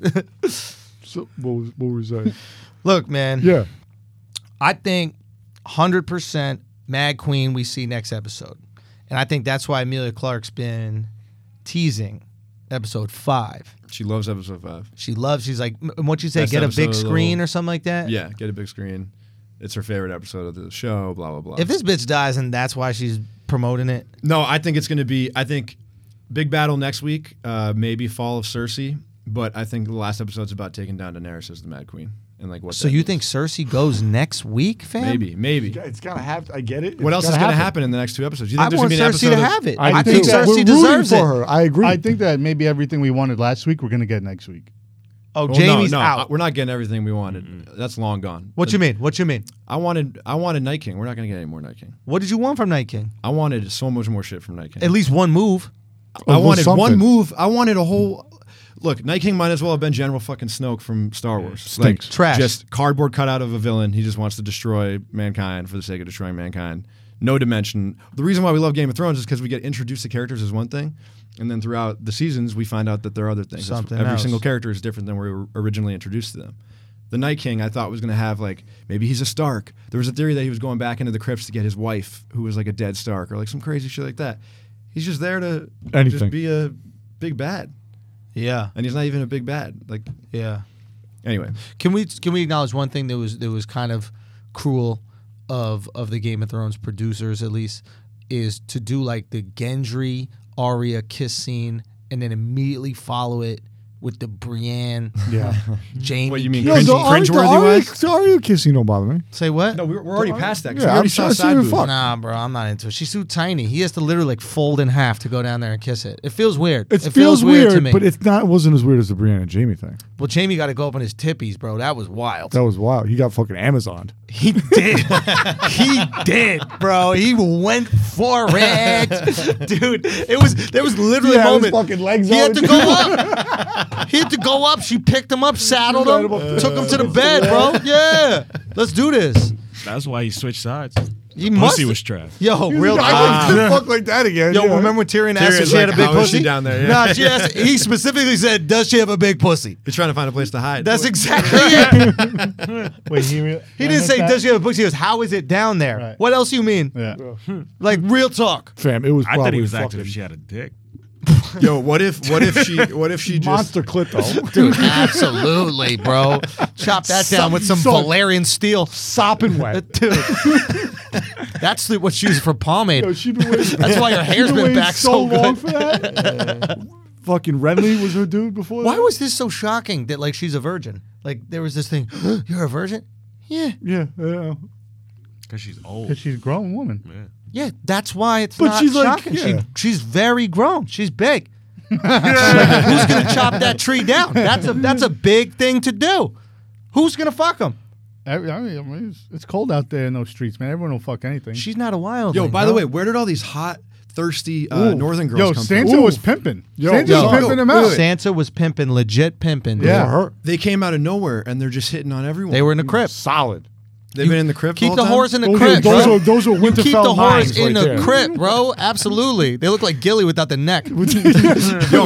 So, what, was, what were we saying? *laughs* Look, man. Yeah. I think 100% Mad Queen we see next episode. And I think that's why Amelia Clark's been teasing episode five. She loves episode five. She loves, she's like, m- what'd you say, Best get a episode big of the screen whole- or something like that? Yeah, get a big screen. It's her favorite episode of the show. Blah blah blah. If this bitch dies and that's why she's promoting it, No, I think it's going to be. I think big battle next week. Uh, maybe fall of Cersei. But I think the last episode's about taking down Daenerys as the Mad Queen and like what. so that you means. think Cersei goes next week, fam? Maybe, maybe. It's got to happen. I get it. What It's else is gotta going to happen in the next two episodes? You think I there's want gonna be an Cersei episode to of- have it. I, I, do think too. We're Cersei rooting deserves for it. her. I agree. I think that maybe everything we wanted last week we're gonna get next week. Oh, Well, Jamie's no, no, out. We're not getting everything we wanted. That's long gone. What you mean? What you mean? I wanted, I wanted Night King. We're not going to get any more Night King. What did you want from Night King? I wanted so much more shit from Night King. At least one move. I Or wanted one something. move. I wanted a whole. Look, Night King might as well have been General fucking Snoke from Star Wars. Stinks. Trash. Just cardboard cutout of a villain. He just wants to destroy mankind for the sake of destroying mankind. No dimension. The reason why we love Game of Thrones is because we get introduced to characters as one thing, and then throughout the seasons we find out that there are other things. That's- Something Every else. single character is different than we were originally introduced to them. The Night King, I thought was going to have like maybe he's a Stark. There was a theory that he was going back into the crypts to get his wife, who was like a dead Stark, or like some crazy shit like that. He's just there to Anything. just be a big bad, Yeah, and he's not even a big bad. Like yeah. anyway, Can we can we acknowledge one thing that was that was kind of cruel of of the Game of Thrones producers at least is to do like the Gendry Arya kiss scene and then immediately follow it with the Brienne Yeah. *laughs* Jamie. What, you mean kiss. No, the Cringy- Ari- the cringeworthy Ari- was? the Ari kissing don't bother me. Say what? no, we're, we're already past that. 'cause Yeah, we already I'm saw trying to see side the boob. fuck. Nah, bro, I'm not into it. She's too tiny. He has to literally like fold in half to go down there and kiss it. It feels weird. It, feels, feels, weird, weird, to me. but it's not. It wasn't as weird as the Brianna and Jamie thing. well, Jamie got to go up on his tippies, bro. That was wild. That was wild. He got fucking Amazoned. He did. *laughs* he did, bro. He went for *laughs* it, dude. It was there was literally Yeah, a moment. his fucking legs he had out. to go up. *laughs* he had to go up. She picked him up, saddled him, Saddled him up. took him to the bed, bro. Yeah, let's do this. That's why he switched sides. He must. Pussy was trapped. Yo, real I talk. wouldn't fuck like that again. Yo, yeah. remember when Tyrion asked Tyrion's if she had a like, big "How is she pussy? down there?" Yeah. Nah, she asked. He specifically said, "Does she have a big pussy?" He's trying to find a place to hide. That's exactly it. Wait, he re- He didn't say, "Does she have a pussy?" He goes, "How is it down there?" Right. What else you mean? Yeah. Like real talk. Fam, it was. I Probably thought he was fucking acting if she had a dick. Yo, what if what if *laughs* she what if she just monster clit *laughs* though. Dude, absolutely, bro. Chop that down with some Some- Valerian steel. *laughs* sopping wet. Dude. That's the, what's used for pomade. Yo, she been waiting. That's why your hair's *laughs* she been waiting back so long good. for that. fucking Renly *laughs* was her dude before. Why that? was this so shocking that like she's a virgin? Like there was this thing, *gasps* you're a virgin? Yeah. yeah? I don't know. Because she's Because old. she's a grown woman. Yeah, that's why it's But not she's like- shocking. yeah. she, she's very grown. She's *laughs* big. *laughs* Who's gonna chop that tree down? That's a that's a big thing to do. Who's gonna fuck him? Every- I mean, I mean, it's, it's cold out there in those streets, man. Everyone will fuck anything. She's not a wild. Yo, by the way, where did all these hot, thirsty uh, Ooh. northern girls Yo, come Sansa from? was pimping. Yo, Sansa yo. was pimping him out. Sansa was pimping, legit pimping. Yeah. For her They came out of nowhere and they're just hitting on everyone. They were in the crypt. solid. They've been in the crypt. Keep whole the time? whores in the Mm. Those are- crypt. those bro. are- those are you keep the Winterfell whores mines in right the there. crypt, bro. Absolutely, they look like Gilly without the *laughs* neck. Yo,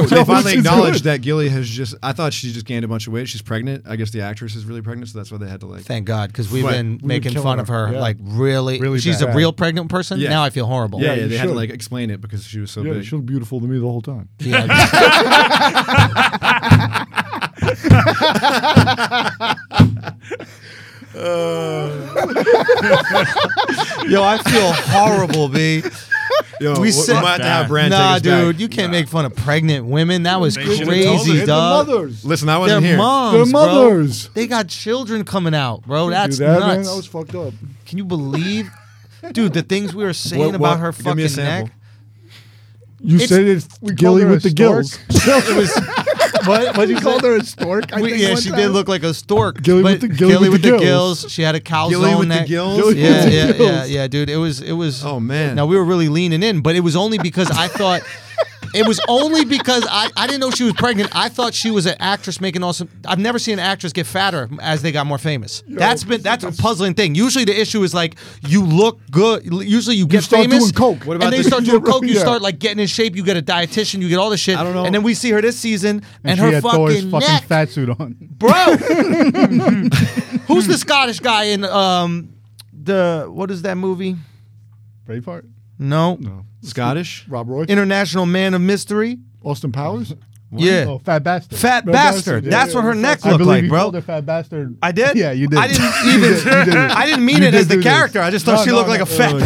they finally she's acknowledged good. that Gilly has just. I thought she just gained a bunch of weight. She's pregnant. I guess the actress is really pregnant, so that's why they had to like. Thank God, because we've Right. been been making killing fun of her her. Yeah. like really. Really she's bad. a real pregnant person. Yeah. Now I feel horrible. yeah, *laughs* yeah, you they had to should. like explain it because she was so Yeah, big. she looked beautiful to me the whole time. Yeah. *laughs* *laughs* Yo, I feel horrible, B. Yo, We Oh, we said- said might have to have Brand nah, take us back. dude, you can't make fun of pregnant women. That was They should've told crazy, her. dog. The mothers. Listen, I Their wasn't here. moms, Their bro. mothers. They got children coming out, bro. That's Dude, that, man, nuts. that was fucked up. Can you believe, dude? The things we were saying What- about what- her give me a fucking neck. sample. You It's- said it's we Gilly called her with a the gills. *laughs* it was What? What You called her a stork? I We- think yeah, one she time. did look like a stork. Gilly but with the- Gilly with the gills. She had a calzone Gilly with the neck. gills. Gilly- Yeah, with the yeah, yeah, gills. yeah, dude. It was, it was. *laughs* Oh, man. Now we were really leaning in, but it was only because I thought It was only because I, I didn't know she was pregnant. I thought she was an actress making awesome. I've never seen an actress get fatter as they got more famous. that's been that's a puzzling thing. Usually the issue is like you look good. Usually you get start famous. doing coke. What What about about and then you this- start doing coke. You Yeah. start like getting in shape. You get a dietitian. You get all this shit. I don't know. And then we see her this season, and, And, her she had fucking Thor's fucking neck, fat suit on. bro. Who's the Scottish guy in um the what is that movie? Braveheart. No, No. Scottish. Rob Roy, International Man of Mystery. Austin Powers. Yeah. Oh, fat bastard. Fat No, bastard. bastard, yeah, That's yeah, what her yeah. neck I looked believe like, you bro. called her fat bastard. I did. *laughs* Yeah, you did. I didn't You even. did, you did. I didn't mean it did as the do this. character. I just thought No, she no, looked like no. a fat. Oh,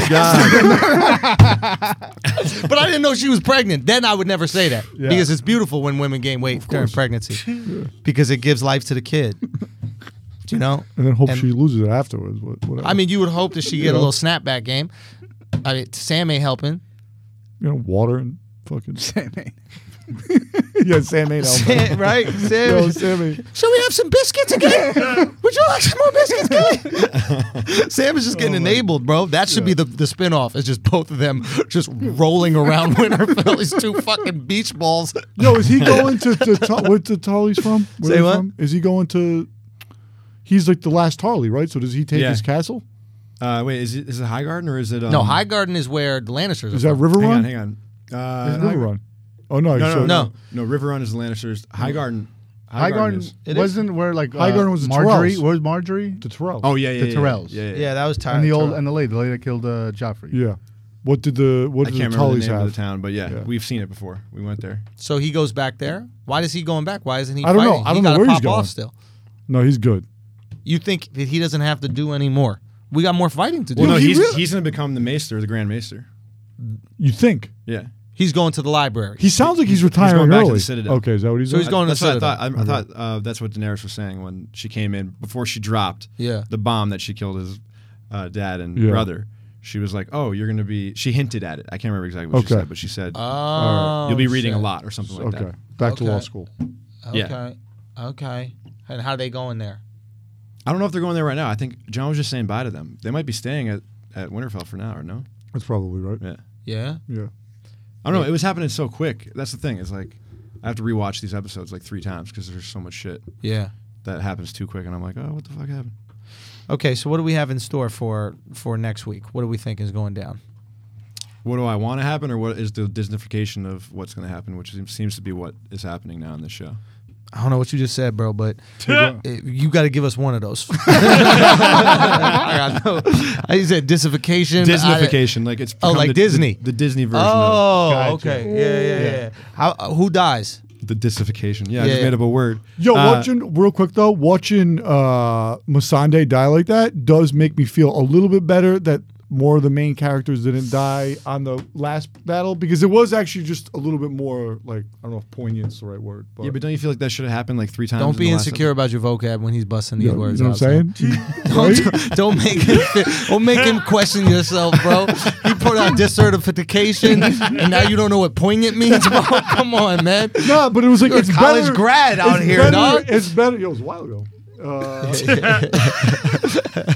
*laughs* but I didn't know she was pregnant. Then I would never say that Yeah. because it's beautiful when women gain weight during *laughs* pregnancy because it gives life to the kid. Do you know? And then hope And- she loses it afterwards. What, whatever. I mean, you would hope that she get a Yeah. little snapback game. I mean, Sam ain't helping. you know, water and *laughs* fucking. Sammy. yeah, Sam ain't *laughs* helping. Sam, right? Sam. Yo, Sammy. Shall we have some biscuits *laughs* again? Would you like some more biscuits, Kelly? *laughs* Sam is just getting Oh, enabled, bro. That should be the, the spinoff. It's just both of them just rolling around *laughs* Winterfell. These two fucking beach balls. Yo, *laughs* is he going to, to, to where the Tarly's from? Where Say he's what? From? Is he going to? He's like the last Tarly, right? So does he take Yeah. his castle? Uh, wait, is it is it High Garden or is it um, No, High Garden is where the Lannisters Is are. that from. River Hang Run? on, hang on. Uh, Is it River Run. Oh no, No, so- No. no, no, no. River Run is the Lannisters. High Garden. High Garden is- It is. wasn't where like uh, High Garden was the Marjorie. Tyrells. Where's Marjorie? The Tyrell. Oh yeah, yeah, The yeah, Tyrells. Yeah, yeah. yeah. Yeah, that was tired. and the old and the lady, the lady that killed uh, Joffrey. yeah. What did the what I did can't the remember the Tullys name have? of the town, but yeah, Yeah. we've seen it before. We went there. so he goes back there. Why is he going back? Why isn't he? I don't know. fighting? He I don't know gotta where he's pop going. off still. No, he's good. You think that he doesn't have to do any more? We got more fighting to do. Well, no, he he's really- he's gonna become the Maester, the Grand Maester. You think Yeah. He's going to the library. he sounds like he's going retiring back to early? the Citadel. Okay, is that what he's? So he's doing? going Mm-hmm. to that's what I Citadel. thought. I, I thought uh, that's what Daenerys was saying when she came in before she dropped Yeah. the bomb that she killed his uh, dad and Yeah. brother. She was like, "Oh, you're gonna be." She hinted at it. I can't remember exactly what she Okay. said, but she said, Oh, "You'll be reading shit. a lot" or something like okay, that. back to law Okay. school. Okay. Yeah. Okay. And how they going there? I don't know if they're going there right now. I think John was just saying bye to them. They might be staying at, at Winterfell for now, or no? That's probably right. Yeah. Yeah. Yeah. I don't know. It was happening so quick. That's the thing. It's like I have to rewatch these episodes like three times because there's so much shit Yeah. that happens too quick, and I'm like, "Oh, what the fuck happened?" Okay, so what do we have in store for for next week? What do we think is going down? what do I want to happen, or what is the Disneyfication of what's going to happen, which seems- seems to be what is happening now in this show. I don't know what you just said, bro, *laughs* but it- you got to give us one of those. *laughs* I got no. I said disification. Disneyfication, like it's Oh, become like the, Disney. the, the Disney version oh, Gotcha. okay. Yeah, yeah, yeah. How, uh, who dies? of the Disneyfication. Yeah, I Yeah. just made up a word. Yo, Uh, watching real quick though, watching uh Masande die like that does make me feel a little bit better that more of the main characters didn't die on the last battle because it was actually just a little bit more like I don't know if poignant's the right word, but, yeah, but don't you feel like that should have happened like three times? Don't in be the last insecure episode? about your vocab when he's busting these you know, words you know out, son. what I'm saying? *laughs* Don't, *laughs* don't make him don't make him question yourself, *laughs* bro. He put out decertification, and now you don't know what poignant means, bro. *laughs* Come on, man. no, but it was like You're a it's college better, grad out it's here, better, dog. It's better. Yo, it was a *laughs* while ago. Uh, Uh, *laughs*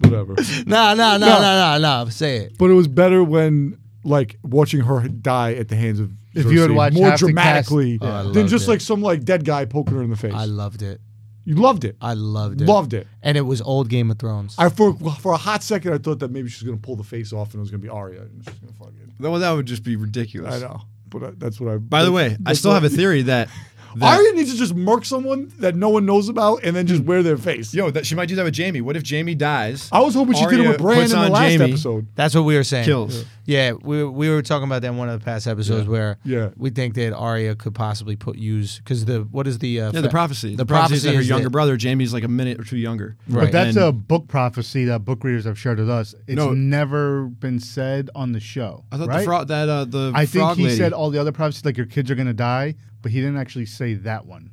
whatever. Nah, nah, nah, No. nah, nah, nah. Say it. But it was better when like watching her die at the hands of If you had Cersei, watched more half the cast- dramatically Oh, I than loved just it. like some like dead guy poking her in the face. I loved it. you loved it. I loved it. Loved it. And it was old Game of Thrones. I for for a hot second I thought that maybe she was gonna pull the face off and it was gonna be Arya and she's gonna fucking. That- Well, that would just be ridiculous. I know, but I, that's what I. By the way, I still have a *laughs* theory that, that Hmm. Arya needs to just murk someone that no one knows about and then just wear their face. yo that she might do that with Jamie. What if Jamie dies? Oh. I was hoping she did it Arya with Bran in puts the on last Jaime, episode. That's what we were saying. Kills. Yeah, we, we were talking about that in one of the past episodes where Yeah. we think that Arya could possibly put use because the what is the uh, Yeah, fa- the prophecy. The, The, prophecy, is that her is younger that- brother Jamie's like a minute or two younger. Right. But that's And a book prophecy that book readers have shared with us. It's No. never been said on the show. I thought right? the frog that uh, the I frog think he lady- said all the other prophecies, like your kids are gonna die, but he didn't actually say that one.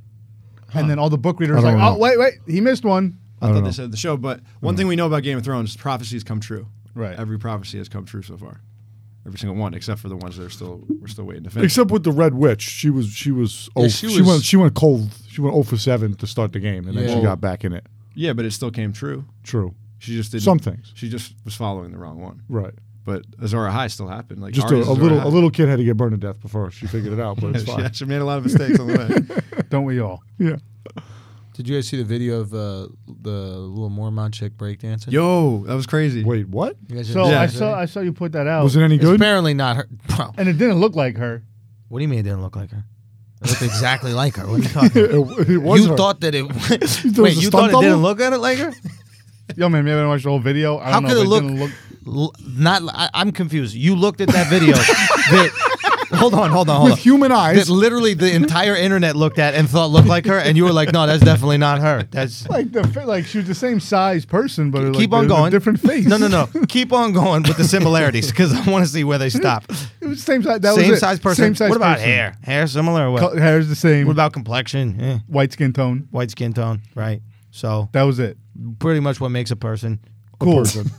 And then all the book readers I are like, don't oh wait, wait, he missed one. I, don't thought know. they said the show, but one thing we know about Game of Thrones: prophecies come true. Right. Every prophecy has come true so far, every single one, except for the ones that are still we're still waiting to finish. Except with the Red Witch, she was she was oh Yeah, she, she was- went she went cold. She went 0 for seven to start the game, and then Yeah. she got back in it. yeah, but it still came true. True, She just didn't. some things. She just was following the wrong one. Right. But Azora High still happened. Like Just a, Ari's a Azora little High. a little kid had to get burned to death before she figured it out, *laughs* *laughs* but it's Yeah, fine. she, she made a lot of mistakes on the *laughs* way. Don't we all? Yeah. Did you guys see the video of uh, the little Mormon chick breakdancing? Yo, that was crazy. Wait, what? You guys So didn't see I that? saw I saw you put that out, Was it any Oh. It's good? apparently not her. Well, and it didn't look like her. what do you mean it didn't look like her? It looked exactly like her. What are you *laughs* talking about? *laughs* it, it was you her. thought that it. *laughs* was wait, a you stunt thought it double? didn't look at it like her? Yo, man, maybe I didn't watch the whole video. I How don't know, could but it look- didn't look? L- not. I, I'm confused. You looked at that *laughs* video. that, hold on, hold on, hold with on. human eyes? that literally the entire internet looked at and thought looked like her, and you were like, "No, that's definitely not her. That's like the fa- like she was the same size person, but like, keep there on was a going. different face. No, no, no. Keep on going with the similarities because I want to see where they stop. *laughs* it was the same size. *laughs* That same was it. size person. Same size. what about person. hair? Hair similar. Or what? Co- hair's the same. what about complexion? Eh, white skin tone? white skin tone. Right. So That was it. pretty much what makes a person. Cool. person.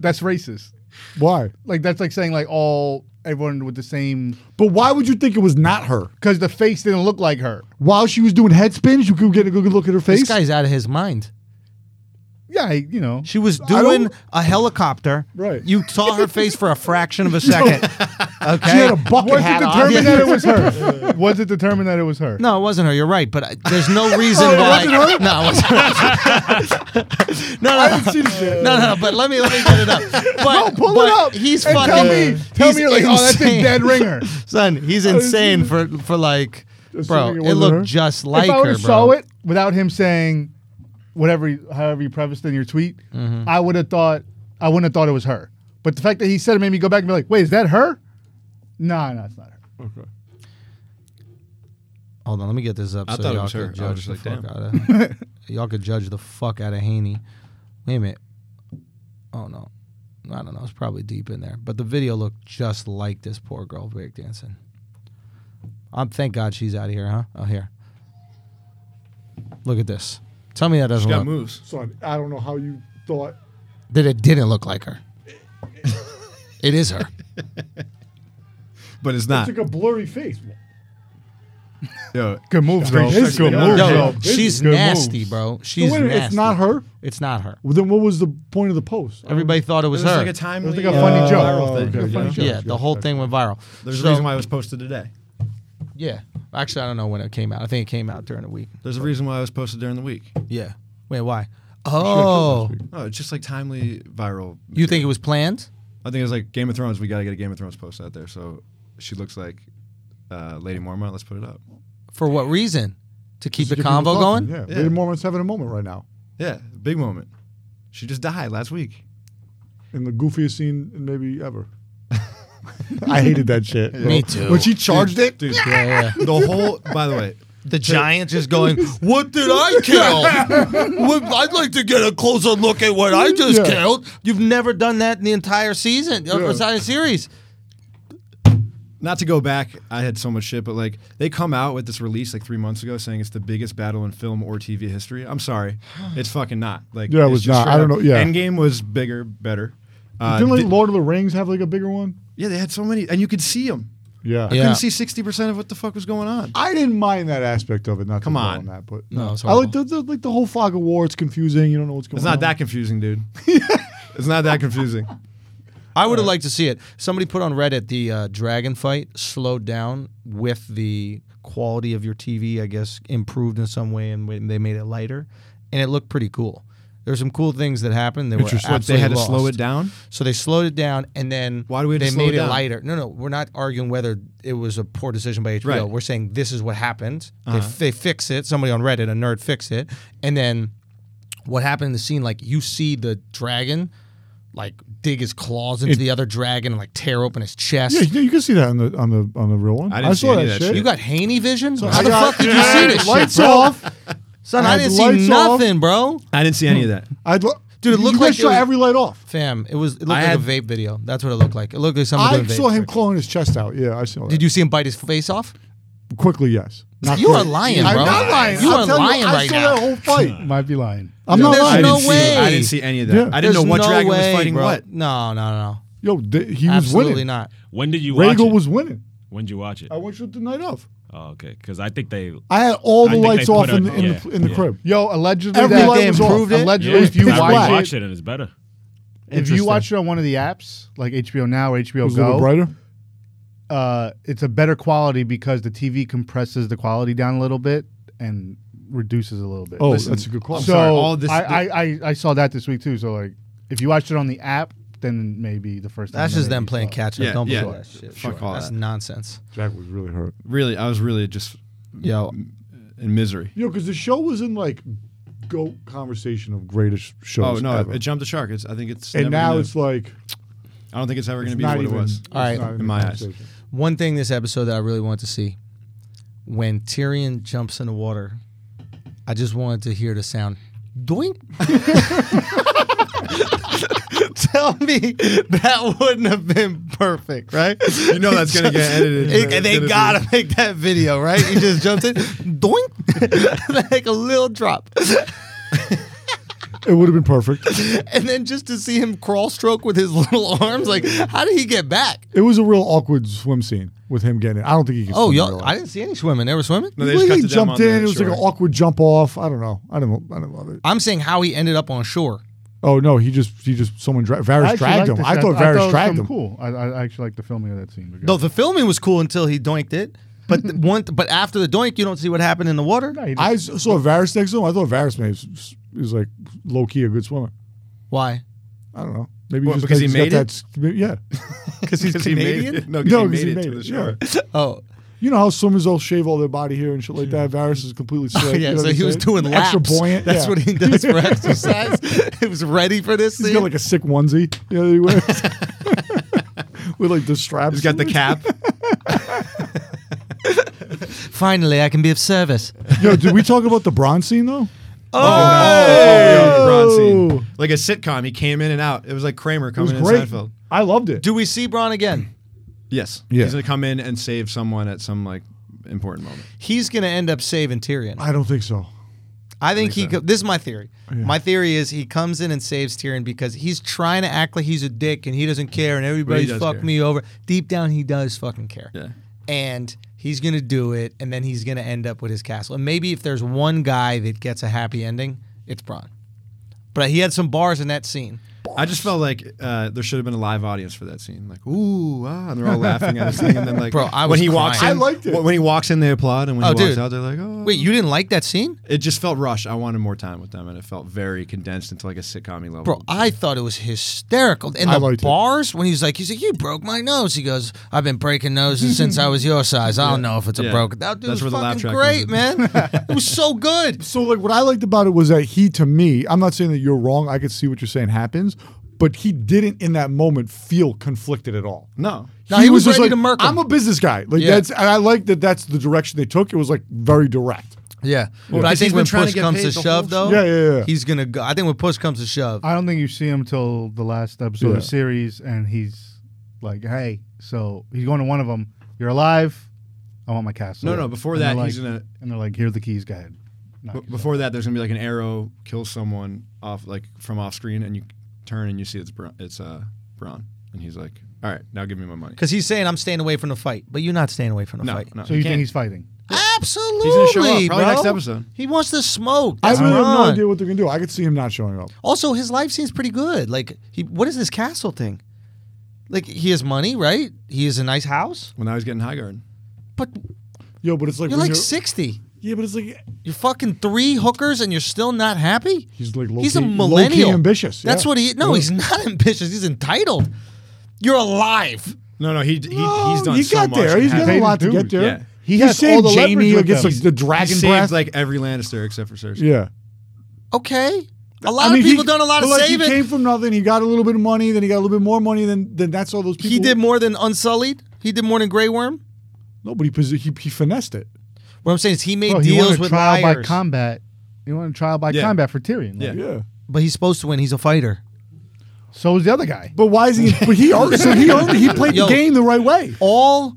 that's racist. *laughs* Why? Like that's like saying like all everyone with the same But why would you think it was not her? because the face didn't look like her. While she was doing head spins, you could get a good look at her face. This guy's out of his mind. Yeah, I- you know. She was don't- doing a helicopter. Right. You saw her face for a fraction *laughs* of a second. Okay. she had a bucket Was it hat determined- on. determined that it was her? Was it determined that it was her? *laughs* No, it wasn't her. You're right, but I, there's *laughs* Oh, no reason it why. wasn't her? No, it wasn't her. *laughs* no, no, didn't see the shit. no, no. But let me let me get it *laughs* up. But, Pull but it up. He's and fucking. Tell me, tell he's me, you're like, oh, that's a insane. *laughs* dead ringer. Son, he's insane for for like, bro. Assuming it It wasn't looked her? just like if I would her, have bro. saw it without him saying whatever, he- however you prefaced in your tweet, Mm-hmm. I would have thought I wouldn't have thought it was her. But the fact that he said it made me go back and be like, wait, is that her? Nah, no, it's not her. *laughs* Hold on, let me get this up. I so thought it y'all was her. could I was judge just the like, fuck out *laughs* of y'all could judge the fuck out of Haney. Wait a minute. Oh no, I don't know. It's probably deep in there, but the video looked just like this poor girl breakdancing. Um, thank God she's out of here, huh? Oh here. Look at this. Tell me that She doesn't got look. moves. Son, I don't know how you thought. That it didn't look like her. it is her. But it's not. It's like a blurry face. Yo, Good move, though. His- good yeah. move, Yo, though. this she's Good nasty, moves. bro. So She's wait a minute, nasty. it's not her. It's not her. Well, then what was the point of the post? Everybody thought it it was was her. like a timely, like a funny uh, joke. viral Oh, thing, okay, you funny know? joke. yeah, the whole thing went viral. There's So- a reason why it was posted today. Yeah. Actually, I don't know when it came out. I think it came out during the week. There's a reason why it was posted during the week. Yeah. Wait, why? Oh, Oh, it's just like timely viral. you think it was planned? I think it's like Game of Thrones. We gotta get a Game of Thrones post out there. So she looks like uh, Lady Mormont. Let's put it up. For what reason? To keep the Just to people convo talking, going? Yeah, Yeah. Lady Mormon's having a moment right now Yeah, big moment. She just died last week. in the goofiest scene maybe *laughs* ever. I hated that shit. Me too. When she charged it, Dude, Yeah, yeah. the whole. By the way, The giant just going, What did I kill? What- I'd like to get a closer look at what I just Yeah. killed. You've never done that in the entire season, uh, Yeah. entire series. not to go back, I had so much shit, but like they come out with this release like three months ago saying it's the biggest battle in film or TV history. I'm sorry, it's fucking not. Like Yeah, it it's was just not. straight I don't up- know, yeah. Endgame was bigger, better. Uh, didn't like di- Lord of the Rings have like a bigger one? yeah, they had so many, and you could see them. Yeah. Yeah. Couldn't see sixty percent of what the fuck was going on. I didn't mind that aspect of it. Not Come to dwell on. on that, but No, it's I horrible. like the, the like the whole fog of war. It's confusing. You don't know what's going It's on. not that *laughs* confusing, dude. it's not that *laughs* confusing. I would have liked to see it. Somebody put on Reddit the uh, dragon fight slowed down with the quality of your TV, I guess, improved in some way, and when they made it lighter, and it looked pretty cool. There were some cool things that happened. They were What, absolutely they had to lost. slow it down. So they slowed it down, and then Why do we have to they slow made it it, down? lighter. No, no, we're not arguing whether it was a poor decision by HBO. Right. We're saying this is what happened. Uh-huh. They, they fix it. Somebody on Reddit, a nerd, fix it, and then what happened in the scene? Like you see the dragon, like dig his claws into the other dragon and like tear open his chest. Yeah, you, you can see that on the on the on the real one. I didn't see saw any of that that shit. You got Haney vision? How I the got- fuck did you see this Lights shit, bro? off. Son, I I had didn't see lights off. nothing, bro. I didn't see any of that. I'd lo- Dude, it you looked guys like it shot was- every light off. Fam, it was it looked I like had- a vape video. That's what it looked like. It looked like someone I doing vape. saw him clawing his chest out. Yeah, I saw. Did you see him bite his face off? you quickly? Yes. Not You are quick. lying, I'm bro. not lying. You I'm are telling lying you, I right saw now. that *laughs* whole *laughs* fight. Might be lying. I'm No, not there's lying. no didn't see- way. I didn't see any of that. Yeah. I didn't There's know what no dragon way, was fighting bro. what. No, no, no, no. Yo, th- he was Absolutely winning. not. When did you watch Regal it? was winning. when did you watch it? I watched it the night of. Oh, okay, because I think they. I had all I the think lights they off put in a- the in yeah, the, in the yeah. crib. Yo, allegedly, Every that, light they was improved off. it? Yeah, allegedly, if you I watch watch rewatched it, it and it's better. If you Interesting. watch it on one of the apps like HBO Now or HBO It was a little Go, brighter. uh, it's a better quality because the TV compresses the quality down a little bit and reduces a little bit. Oh, Listen, that's a good I'm question. so sorry, all this- I, I, I I saw that this week too. So like, if you watched it on the app, then maybe the first. That's time just that them maybe playing saw it. catch up. Yeah, Don't yeah. believe that shit. Fuck all That's that. nonsense. Jack was really hurt. Really, I was really just Yo, in misery. You know, because the show was in like goat conversation of greatest shows. Oh no, ever. it jumped the shark. It's I think it's and never now gonna- it's like I don't think it's ever it's going to be not what even, it *laughs* was. All right. In my eyes. one thing this episode that I really wanted to see when Tyrion jumps in the water, I just wanted to hear the sound doink. *laughs* Tell me that wouldn't have been perfect, right? You know that's gonna get edited. *laughs* *laughs* It- It's they gonna be- gotta make that video, right? He just jumps in, doink, *laughs* like a little drop. It would have been perfect. And then just to see him crawl stroke with his *laughs* little arms, like, how did he get back? It was a real awkward swim scene with him getting. in. I don't think he can. Oh, swim in y'all, real I life. didn't see any swimming. They were swimming? No, they Well, just cut he to them jumped on the in. It was like an shore. awkward jump off. I don't know. I don't. I don't love it. I'm saying how he ended up on shore. Oh no, he just he just someone dra- I Varys actually dragged liked him. the I shot- thought it Varys was dragged something him. Cool. I, I actually like the filming of that scene. No, the filming was cool until he doinked it. But the one, but after the doink, you don't see what happened in the water. No, he just- I s- saw Varys next to him. I thought Varys may have, s- is like low key a good swimmer. Why? I don't know. Maybe What, just, because he just made got it? That, s- yeah. *laughs* Because *laughs* he's *laughs* 'Cause he made Canadian. it- No, No, 'cause because he he made it made to it, the shore. Oh, You know how swimmers all shave all their body hair and shit like that. Varys is *laughs* completely Oh, *laughs* slick. yeah. you know So what he I'm was saying? doing laps. Extra buoyant. That's yeah. what he does *laughs* for exercise. *laughs* he was ready for this He's scene. got like a sick onesie. You know that he *laughs* wears *laughs* with like the straps. He's got *laughs* the cap. Finally, I can be of service. Yo, did we talk about the bronze scene though? Oh, Oh, LeBron scene. Like a sitcom. He came in and out. It was like Kramer It was coming in great. Seinfeld. I loved it. Do we see Braun again? Yes. Yeah. He's gonna come in and save someone at some like important moment. He's gonna end up saving Tyrion. I don't think so. I think he. Co- this is my theory. My theory is he comes in and saves Tyrion because he's trying to act like he's a dick and he doesn't care and everybody's does fucked care. me over. Deep down, he does fucking care. Yeah. And he's gonna do it, and then he's gonna end up with his castle. And maybe if there's one guy that gets a happy ending, it's Bronn. But he had some bars in that scene. I just felt like uh, there should have been a live audience for that scene. Like, ooh, ah, and they're all laughing at his thing. And then like, Bro, I was when he walks in, crying. I liked it. wh- When he walks in, they applaud, and when Oh, he walks dude. out, they're like, oh. Wait, you didn't like that scene, It just felt rushed. I wanted more time with them, and it felt very condensed into like a sitcom level. bro? I thought it was hysterical. And I the liked it. bars when he's like, he's like, "You broke my nose." He goes, "I've been breaking noses since I was your size. I don't know if it's a Yeah. broken." That dude That's was where the laugh fucking track great, comes man. it was so *laughs* good. So like what I liked about it was that he to me, I'm not saying that you're wrong, I could see what you're saying happens, but he didn't in that moment feel conflicted at all. no, No, he was ready to murk 'em. I'm a business guy. Like Yeah. that's and I like that that's the direction they took. It was like very direct. Yeah, but I because he's think been when trying to push get comes paid to the whole shove, though, show. Yeah, yeah, yeah. he's gonna go. I think when push comes to shove, I don't think you see him till the last episode of Yeah. the series, and he's like, "Hey, so he's going to one of them. You're alive. I want my castle." no, no. Before And they're that, like- he's gonna. And they're like, "Here are the keys. Go ahead." Knock b- yourself Before that, there's gonna be like an arrow kill someone off, like from off screen, and you turn and you see it's Bron, it's uh Braun, and he's like, all right, now give me my money. because he's saying I'm staying away from the fight, but you're not staying away from the No, fight. no. So he you think can't. he's fighting? Absolutely, He's gonna show up, probably bro. next episode. He wants to smoke. I That's really have no Ron. idea what they're gonna do. I could see him not showing up. Also, his life seems pretty good. Like, he what is this castle thing? Like, he has money, right? He has a nice house, Well, now he's getting Highgarden. but Yo, but it's like you're when like sixty. Yeah, but it's like You're fucking three hookers, and you're still not happy. he's like low he's a key- low key millennial. ambitious. That's yeah. what he. No, Yeah. he's *laughs* not ambitious. He's entitled. You're alive. No, no, he, he he's done oh, he so got much. there. and He's has- got paid a the lot to get dues. there. Yeah. He, has all saved the leverage Jamie with against them. like the He dragon saved breath. like every Lannister except for Cersei. yeah. Okay. A lot I mean, of people he- done a lot but of like, saving. He came from nothing. He got a little bit of money. Then he got a little bit more money. Then then that's all those people. He did more than Unsullied. He did more than Grey Worm. No, but he pos- he, he finessed it. What I'm saying is he made Bro, he deals won a with trial by liars, combat. He won a trial by Yeah. combat for Tyrion. Like, Yeah. Yeah. but he's supposed to win. He's a fighter. So was the other guy. But why is he? But he already, so he already, he played Yo. the game the right way. All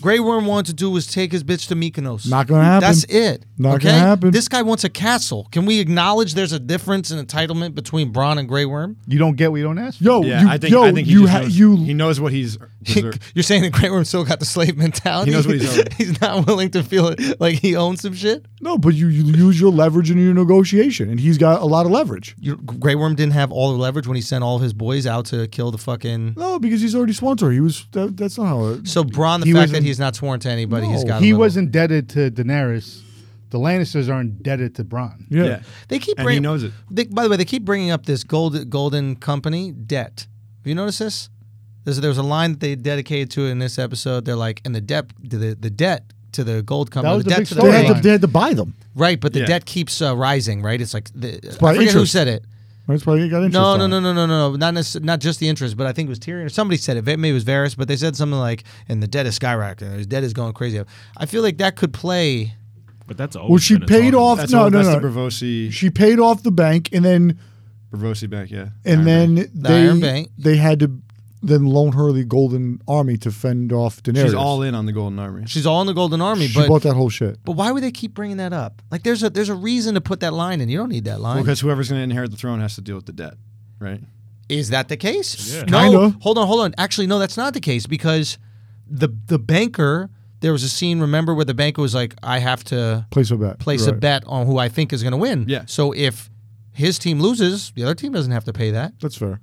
Grey Worm wanted to do was take his bitch to Mykonos. Not gonna happen. That's it. Not okay? gonna happen. This guy wants a castle. Can we acknowledge there's a difference in entitlement between Braun and Grey Worm? You don't get what you don't ask. For. Yo, Yeah, you, I think yo, I think he you just ha- knows, you *laughs* he knows what he's Berserk. *laughs* You're saying the Grey Worm still got the slave mentality? He knows what he's owning. *laughs* he's not willing to feel it like he owns some shit. No, but you, you use your leverage in your negotiation, and he's got a lot of leverage. Your, Grey Worm didn't have all the leverage when he sent all of his boys out to kill the fucking. No, because he's already sworn to her. He was that, that's not how. It, So Braun, the He fact that wasn't- he's not sworn to anybody, he's No, got. a He little- was indebted to Daenerys. The Lannisters are indebted to Bronn. yeah. They keep And bringing. he knows it. They, by the way, they keep bringing up this gold golden company debt. Have you noticed this? There's, there was a line that they dedicated to it in this episode. They're like, and the debt, the, the debt to the gold company, was the the debt big to They, the storyline. bank, had to, they had to buy them. right? But the Yeah. debt keeps uh, rising, right? It's like the, I forget by who interest. said it. That's why he got interest. No, on no, it. no, no, no, no, no. Not necess- not just the interest, but I think it was Tyrion or somebody said it. Maybe it was Varys, but they said something like, "And the debt is skyrocketing. His debt is going crazy." I feel like that could play. But that's always Well, she been a talking paid point. off. That's no, all, no, that's no. the Bravosi, She paid off the bank, and then Bravosi bank, yeah. and Iron then Bank. they Iron Bank. they had to then loan her the Golden Army to fend off Daenerys. she's all in on the Golden Army. She's all in the Golden Army, She but bought that whole shit. but why would they keep bringing that up? Like, there's a there's a reason to put that line in. You don't need that line. Well, because whoever's going to inherit the throne has to deal with the debt, right? Is that the case? Yeah. No. Kinda. Hold on, hold on. Actually, no, that's not the case because the the banker. There was a scene. Remember where the banker was like, "I have to Place a bet. place a Right. bet on who I think is going to win." Yeah. So if his team loses, the other team doesn't have to pay that. That's fair.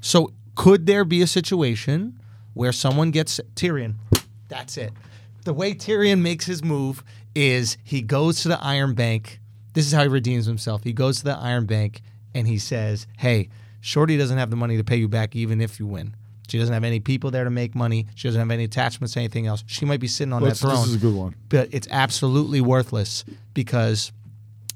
So could there be a situation where someone gets Tyrion? That's it. The way Tyrion makes his move is he goes to the Iron Bank. This is how he redeems himself. He goes to the Iron Bank and he says, "Hey, Shorty doesn't have the money to pay you back even if you win. She doesn't have any people there to make money. She doesn't have any attachments, anything else. She might be sitting on Let's- that throne." this is a good one. but it's absolutely worthless because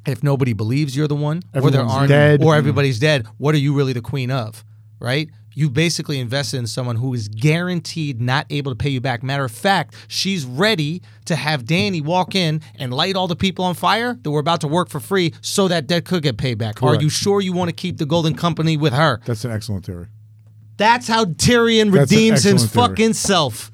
if nobody believes you're the one, or there Everyone's aren't, dead. or everybody's dead, what are you really the queen of? Right? You basically invested in someone who is guaranteed not able to pay you back. Matter of fact, she's ready to have Danny walk in and light all the people on fire that were about to work for free so that debt could get paid back. Are Correct. you sure you want to keep the golden company with her? That's an excellent theory. That's how Tyrion That's an redeems his excellent theory. fucking self.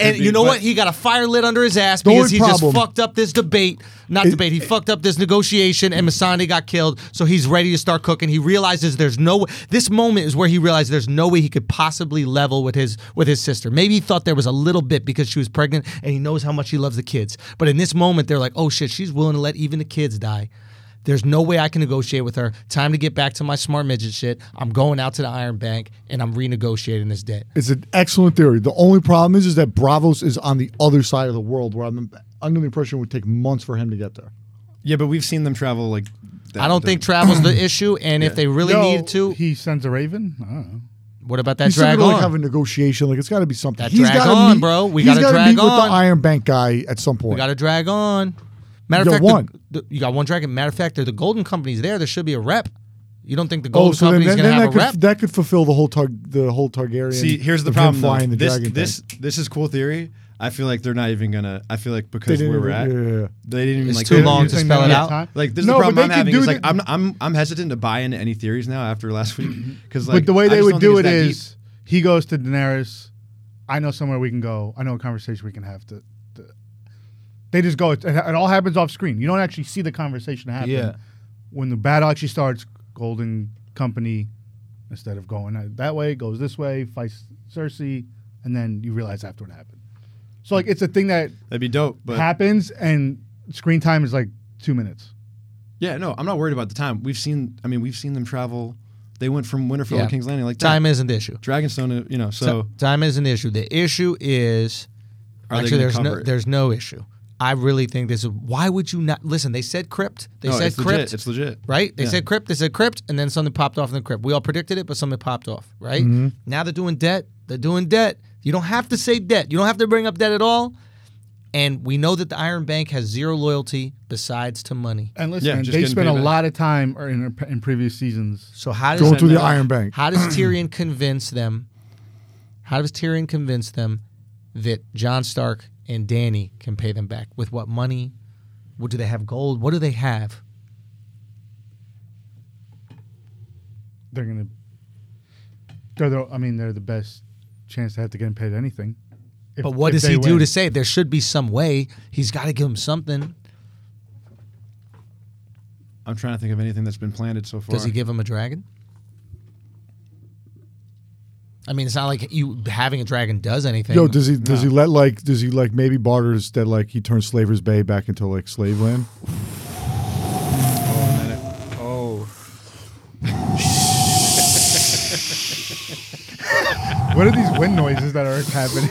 And Could be, you know but- what? He got a fire lit under his ass The only because he just problem- fucked up this debate. Not debate. He fucked up this negotiation, and Masani got killed. So he's ready to start cooking. He realizes there's no. way This moment is where he realized there's no way he could possibly level with his with his sister. Maybe he thought there was a little bit because she was pregnant, and he knows how much he loves the kids. But in this moment, they're like, "Oh shit, she's willing to let even the kids die." There's no way I can negotiate with her. Time to get back to my smart midget shit. I'm going out to the Iron Bank and I'm renegotiating this debt. It's an excellent theory. The only problem is, is that Bravos is on the other side of the world, where I'm under the impression it would take months for him to get there. Yeah, but we've seen them travel like. That, I don't think travel's the issue, and if they really No, need to, He sends a raven. I don't know. what about that He's still drag gonna on? like have a negotiation. Like it's got to be something. That He's drag gotta on, meet- bro. We he's gotta gotta drag meet with on. the Iron Bank guy at some we point. got to drag on. Matter of You fact, got the- one. the- you got one drag. Matter of fact, the the golden company's there. There should be a rep. You don't think the oh, golden so then, company's then, going to that have a could rep? that could fulfill the whole Targ- the whole Targaryen. See, here's the of him problem. Flying though. the this dragon this thing. this is cool theory. I feel like they're not even gonna. I feel like because They where didn't we're at, even- yeah, yeah, yeah. they didn't even It's like. too they- long You to think spell they it have out. time? Like this is No, the but problem they I'm could having. do Is like the- I'm I'm I'm hesitant to buy into any theories now after *laughs* last week because like but the way I they just would don't think do it it's that deep. is he goes to Daenerys. I know somewhere we can go. I know a conversation we can have. To, to they just go. It, it all happens off screen. You don't actually see the conversation happen. Yeah. When the battle actually starts, Golden Company, instead of going that- that way, goes this way, fights Cersei, and then you realize after what happened. So like it's a thing that that'd be dope. But happens, and screen time is like two minutes. yeah, no, I'm not worried about the time. We've seen. I mean, we've seen them travel. They went from Winterfell Yeah. to King's Landing like that. Time isn't the issue. Dragonstone. uh, You know, so, Ti- time isn't the issue. The issue is Are they actually gonna there's no cover it? there's no issue. I really think this is why would you not listen? They said crypt. They no, said it's crypt. legit. It's legit. right? They Yeah. said crypt, they said crypt, and then something popped off in the crypt. We all predicted it, but something popped off, right? Now they're doing debt. They're doing debt. You don't have to say debt. You don't have to bring up debt at all. And we know that the Iron Bank has zero loyalty besides to money. And Yeah, listen, just they getting spent a payback. lot of time or in, in previous seasons So how does going through the that- Iron Bank. how does Tyrion convince them? How does Tyrion convince them that Jon Stark and Danny can pay them back with what money? What do they have? Gold? What do they have? they're gonna. They're the. I mean, they're the best chance to have to get him paid anything. If- But what if does he they do win. to say it? there should be some way? He's got to give him something. I'm trying to think of anything that's been planted so far. Does he give him a dragon? I mean, it's not like you having a dragon does anything. Yo, does he does he let like does he like maybe barters that like he turns Slaver's Bay back into like slave land? Oh, *laughs* What are these wind noises that are happening?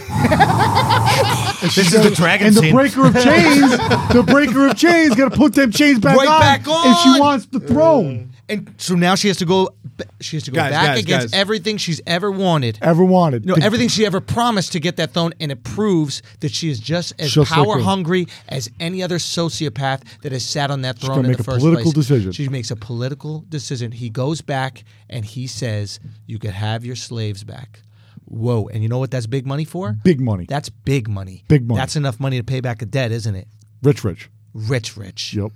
this is the dragon And the scene. breaker of chains, *laughs* the breaker of chains, gotta put them chains back Right on. back If on! she wants the throne, and so now she has to go. b- She has to go Guys, back guys, against guys. everything she's ever wanted. ever wanted. No, The- everything she ever promised to get that throne, and it proves that she is just as Just like power her. hungry as any other sociopath that has sat on that throne gonna in make the a first political place. decision. She makes a political decision. He goes back and he says, "You could have your slaves back." Whoa! And you know what? That's big money for Big money. That's big money. Big money. That's enough money to pay back a debt, isn't it? Rich, rich. Rich, rich. Yep.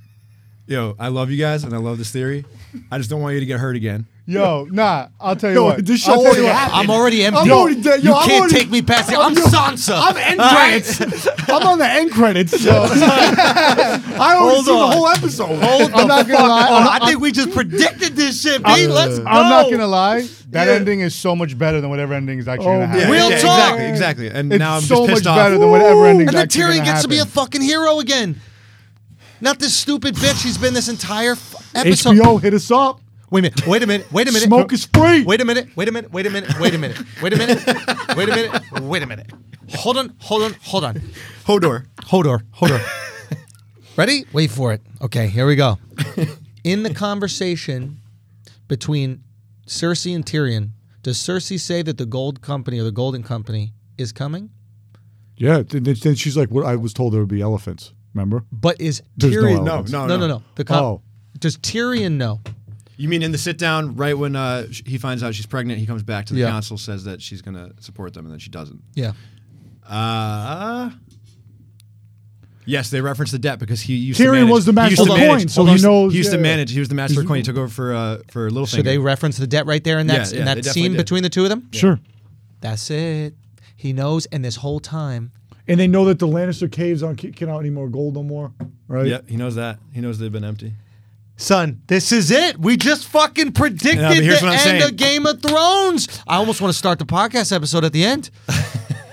yo, I love you guys and I love this theory. I just don't want you to get hurt again. Yo, nah, I'll tell you Yo, what. this I'll shit tell already you *laughs* what. happened. I'm already empty. I'm already dead. Yo, you I'm can't already- take me past it. I'm, yo, Sansa. I'm end credits. *laughs* I'm on the end credits. *laughs* I already Hold see the on. whole episode. Hold the I'm *laughs* not gonna fuck lie. on. Oh, I think we just predicted this shit, B. Let's go. *laughs* I'm not gonna lie. That Yeah. ending is so much better than whatever ending is actually Oh, gonna happen. Real yeah, talk. Exactly, exactly. And It's now I'm so just much pissed off. better than whatever ending. And then Tyrion gets to be a fuck. fucking hero again. Not this stupid bitch he's been this entire f- episode. HBO, hit us up. Wait a minute. Wait a minute. Wait a minute. Smoke is free. Wait a minute. Wait a minute. Wait a minute. Wait a minute. Wait a minute. Wait a minute. Wait a minute. Hold on. Hold on. Hold on. Hodor. Hodor. Hodor. *laughs* Ready? Wait for it. Okay, here we go. *laughs* In the conversation between Cersei and Tyrion, does Cersei say that the gold company or the golden company is coming? Yeah. Then, then she's like, "What? I was told there would be elephants. Remember? But is There's no Tyrion elements. No, no, no, no, no. no. The com- Oh. does Tyrion know? You mean in the sit down, right when uh, sh- he finds out she's pregnant, he comes back to the Yeah. council, says that she's going to support them, and then she doesn't. Yeah. Uh, yes, they referenced the debt because he used to Tyrion manage- was the he master used to of manage- coin, so hold on, he knows- He used to yeah. manage. He was the master of coin. He took over for uh, for Littlefinger. So they reference the debt right there in that Yeah, in yeah, that they definitely scene did. between the two of them. Sure. That's it. He knows, and this whole time, And they know that the Lannister caves aren't kicking out any more gold no more, right? Yep, he knows that. He knows they've been empty. son, this is it. We just fucking predicted Yeah, but the here's end what I'm saying. of Game of Thrones. I almost want to start the podcast episode at the *laughs* end.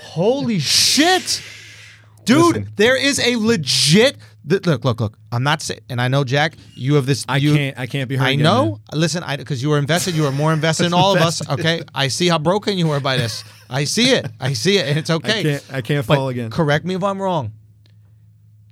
Holy shit, dude! Listen. There is a legit. th- Look, look, look! I'm not saying, and I know Jack. You have this. I you- can't. I can't be hurt. I again, know. man. Listen, I because you were invested, you were more invested in all of *laughs* us. Okay, I see how broken you were by this. I see it. I see it, and it's okay. can't- I can't But fall again. Correct me if I'm wrong.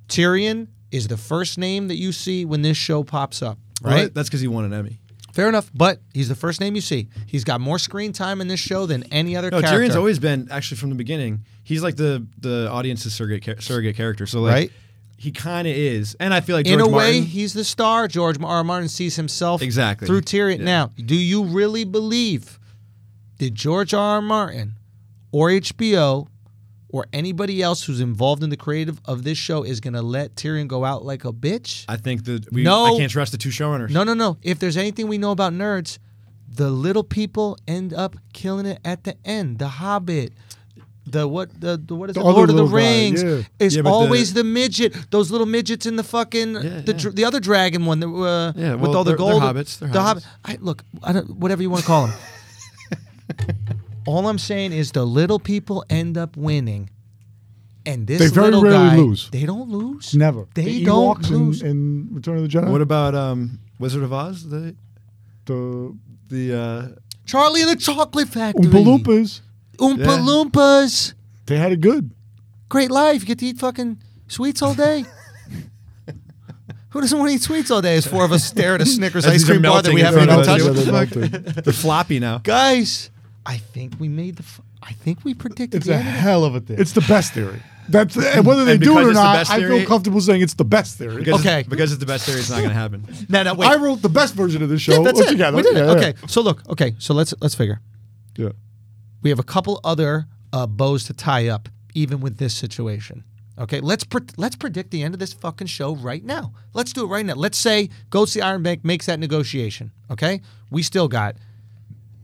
Tyrion is the first name that you see when this show pops up, Well, right? That's because he won an Emmy. Fair enough, but he's the first name you see. He's got more screen time in this show than any other No, character. Tyrion's always been actually from the beginning. He's like the the audience's surrogate char- surrogate character. So like, Right. he kind of is, and I feel like in George a way, Martin- he's the star. George R. R. Martin sees himself Exactly. through Tyrion. Yeah. Now, do you really believe that George R. R. Martin or HBO or anybody else who's involved in the creative of this show is going to let Tyrion go out like a bitch? I think that we No. I can't trust the two showrunners. No, no, no. If there's anything we know about nerds, the little people end up killing it at the end. The Hobbit. The what the, the what is The it? other Lord of the little guy, Rings yeah. It's Yeah, but the- always the, midget. Those little midgets in the fucking the, yeah. dr- the other dragon one that uh, Yeah, with well, all the they're- they're gold. hobbits, they're the hobbits. hobbit. I, look, I don't, whatever you want to call *laughs* them. all I'm saying is the little people end up winning, and this They very little rarely guy- lose. They don't lose. Never. They The don't Ewoks lose. In, in Return of the Jedi. What about um, Wizard of Oz? The the the uh, Charlie and the Chocolate Factory. Oompa Loompas? Oompa Yeah. Loompas. They had it good. Great life. You get to eat fucking sweets all *laughs* day. Who doesn't want to eat sweets all day? As four of us stare at a Snickers *laughs* As ice these are cream bar that melting we in haven't even front of touched. us. Yeah, they're Fuck. *laughs* melting. the floppy now. Guys, I think we made the. F- I think we predicted It's the a end. hell of a thing. It's the best theory. That's and whether they And do it because or it's the not, best I feel theory- comfortable saying it's the best theory. Because it's- Okay. because it's the best theory. It's not going to happen. *laughs* No, no, wait. I wrote the best version of the show yeah, that's it. together. We did it. Yeah, Okay. So look. Okay. So let's let's figure. Yeah. We have a couple other uh, bows to tie up, even with this situation. Okay. Let's pre- let's predict the end of this fucking show right now. Let's do it right now. Let's say go see Iron Bank makes that negotiation. Okay. We still got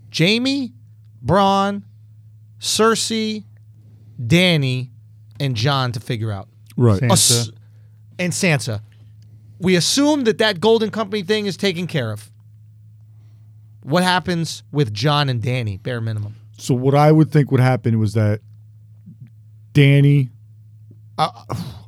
Jamie, Braun, Cersei, Danny, and John to figure out. Right. Same. Sansa. Ass- and Sansa. We assume that that Golden Company thing is taken care of. What happens with John and Danny, bare minimum? So what I would think would happen was that Danny, I,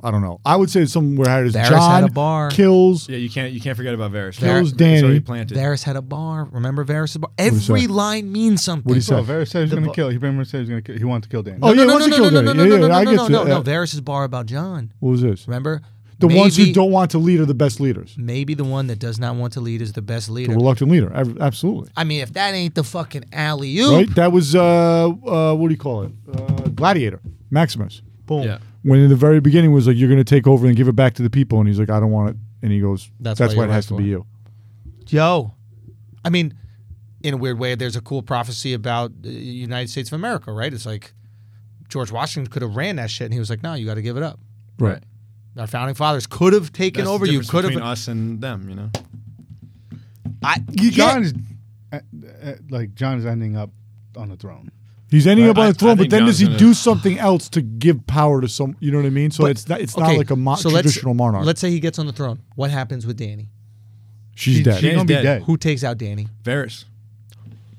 I don't know. I would say something where it is Varys John had a bar. kills Yeah, you can't you can't forget about Varys. Var- kills It's already Danny. planted. Varys had a bar. Remember Varys' bar? do you Every say? line means something. What do you say? So Varys said he's The going bu- to kill. He remember said he's going to. He wants to kill Danny. Oh, yeah, he wants to kill no, no, Danny. no, Yeah, no, yeah, no, I no, get no, you. no, no. Uh, Varys' bar about John. What was this? Remember? The ones who Maybe- don't want to lead are the best leaders. Maybe the one that does not want to lead is the best The leader. reluctant leader. Ab- Absolutely. I mean, if that ain't the fucking alley oop, Right? That was, uh, uh, what do you call it? Uh, Gladiator. Maximus. Boom. Yeah. When in the very beginning was like, you're going to take over and give it back to the people. And he's like, I don't want it. And he goes, That's that's, why why, you're it has right to be for. you. yo. I mean, in a weird way, there's a cool prophecy about the United States of America, right? It's like George Washington could have ran that shit, and he was like, "No, you got to give it up." Right. Our founding fathers could have taken That's the over. You difference could between have. us and them. You know, I, you can't- John is uh, uh, like John is ending up on the throne. He's ending Right. up on I- the throne, I but think then John's does he gonna- do something else to give power to some? You know what I mean? So it's not, it's okay, not like a mo- so let's- traditional monarch. Let's say he gets on the throne. What happens with Danny? She's She- dead. She's going to be Danny's dead. dead. Who takes out Danny? Varys.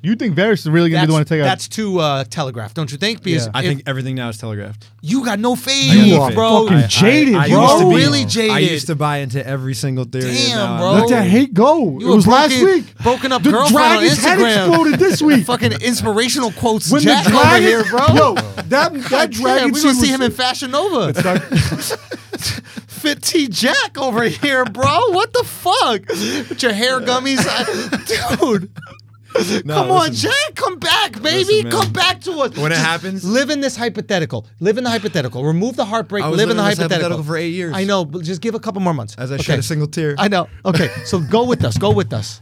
You think Varys is really going to be That's, the one to take out? that's too uh, telegraphed, don't you think? Because Yeah. I if- think everything now is telegraphed. you got no I faith, got no bro. faith. Fucking jaded, bro. used to be- I Really I jaded. used to buy into every single theory. and Damn, now I'm bro. Let that hate go. You it a was last broken- week. broken up the girlfriend on dragon's head Instagram. *laughs* exploded this week. Fucking inspirational quotes, when Jack the over dragon, here, bro. Yo, that that dragon. we're gonna scene see him was- in Fashion Nova. *laughs* Fit T Jack over here, bro. What the fuck? With your hair gummies, *laughs* I- dude. No, come on, listen. Jack, come back, baby, Listen, man. come back to us. When it Just happens- live in this hypothetical. Live in the hypothetical. Remove the heartbreak. I was live in the living this hypothetical. hypothetical for eight years. I know, but just give a couple more months. As I shed a single tear. I know. Okay, so go with us. Go with us.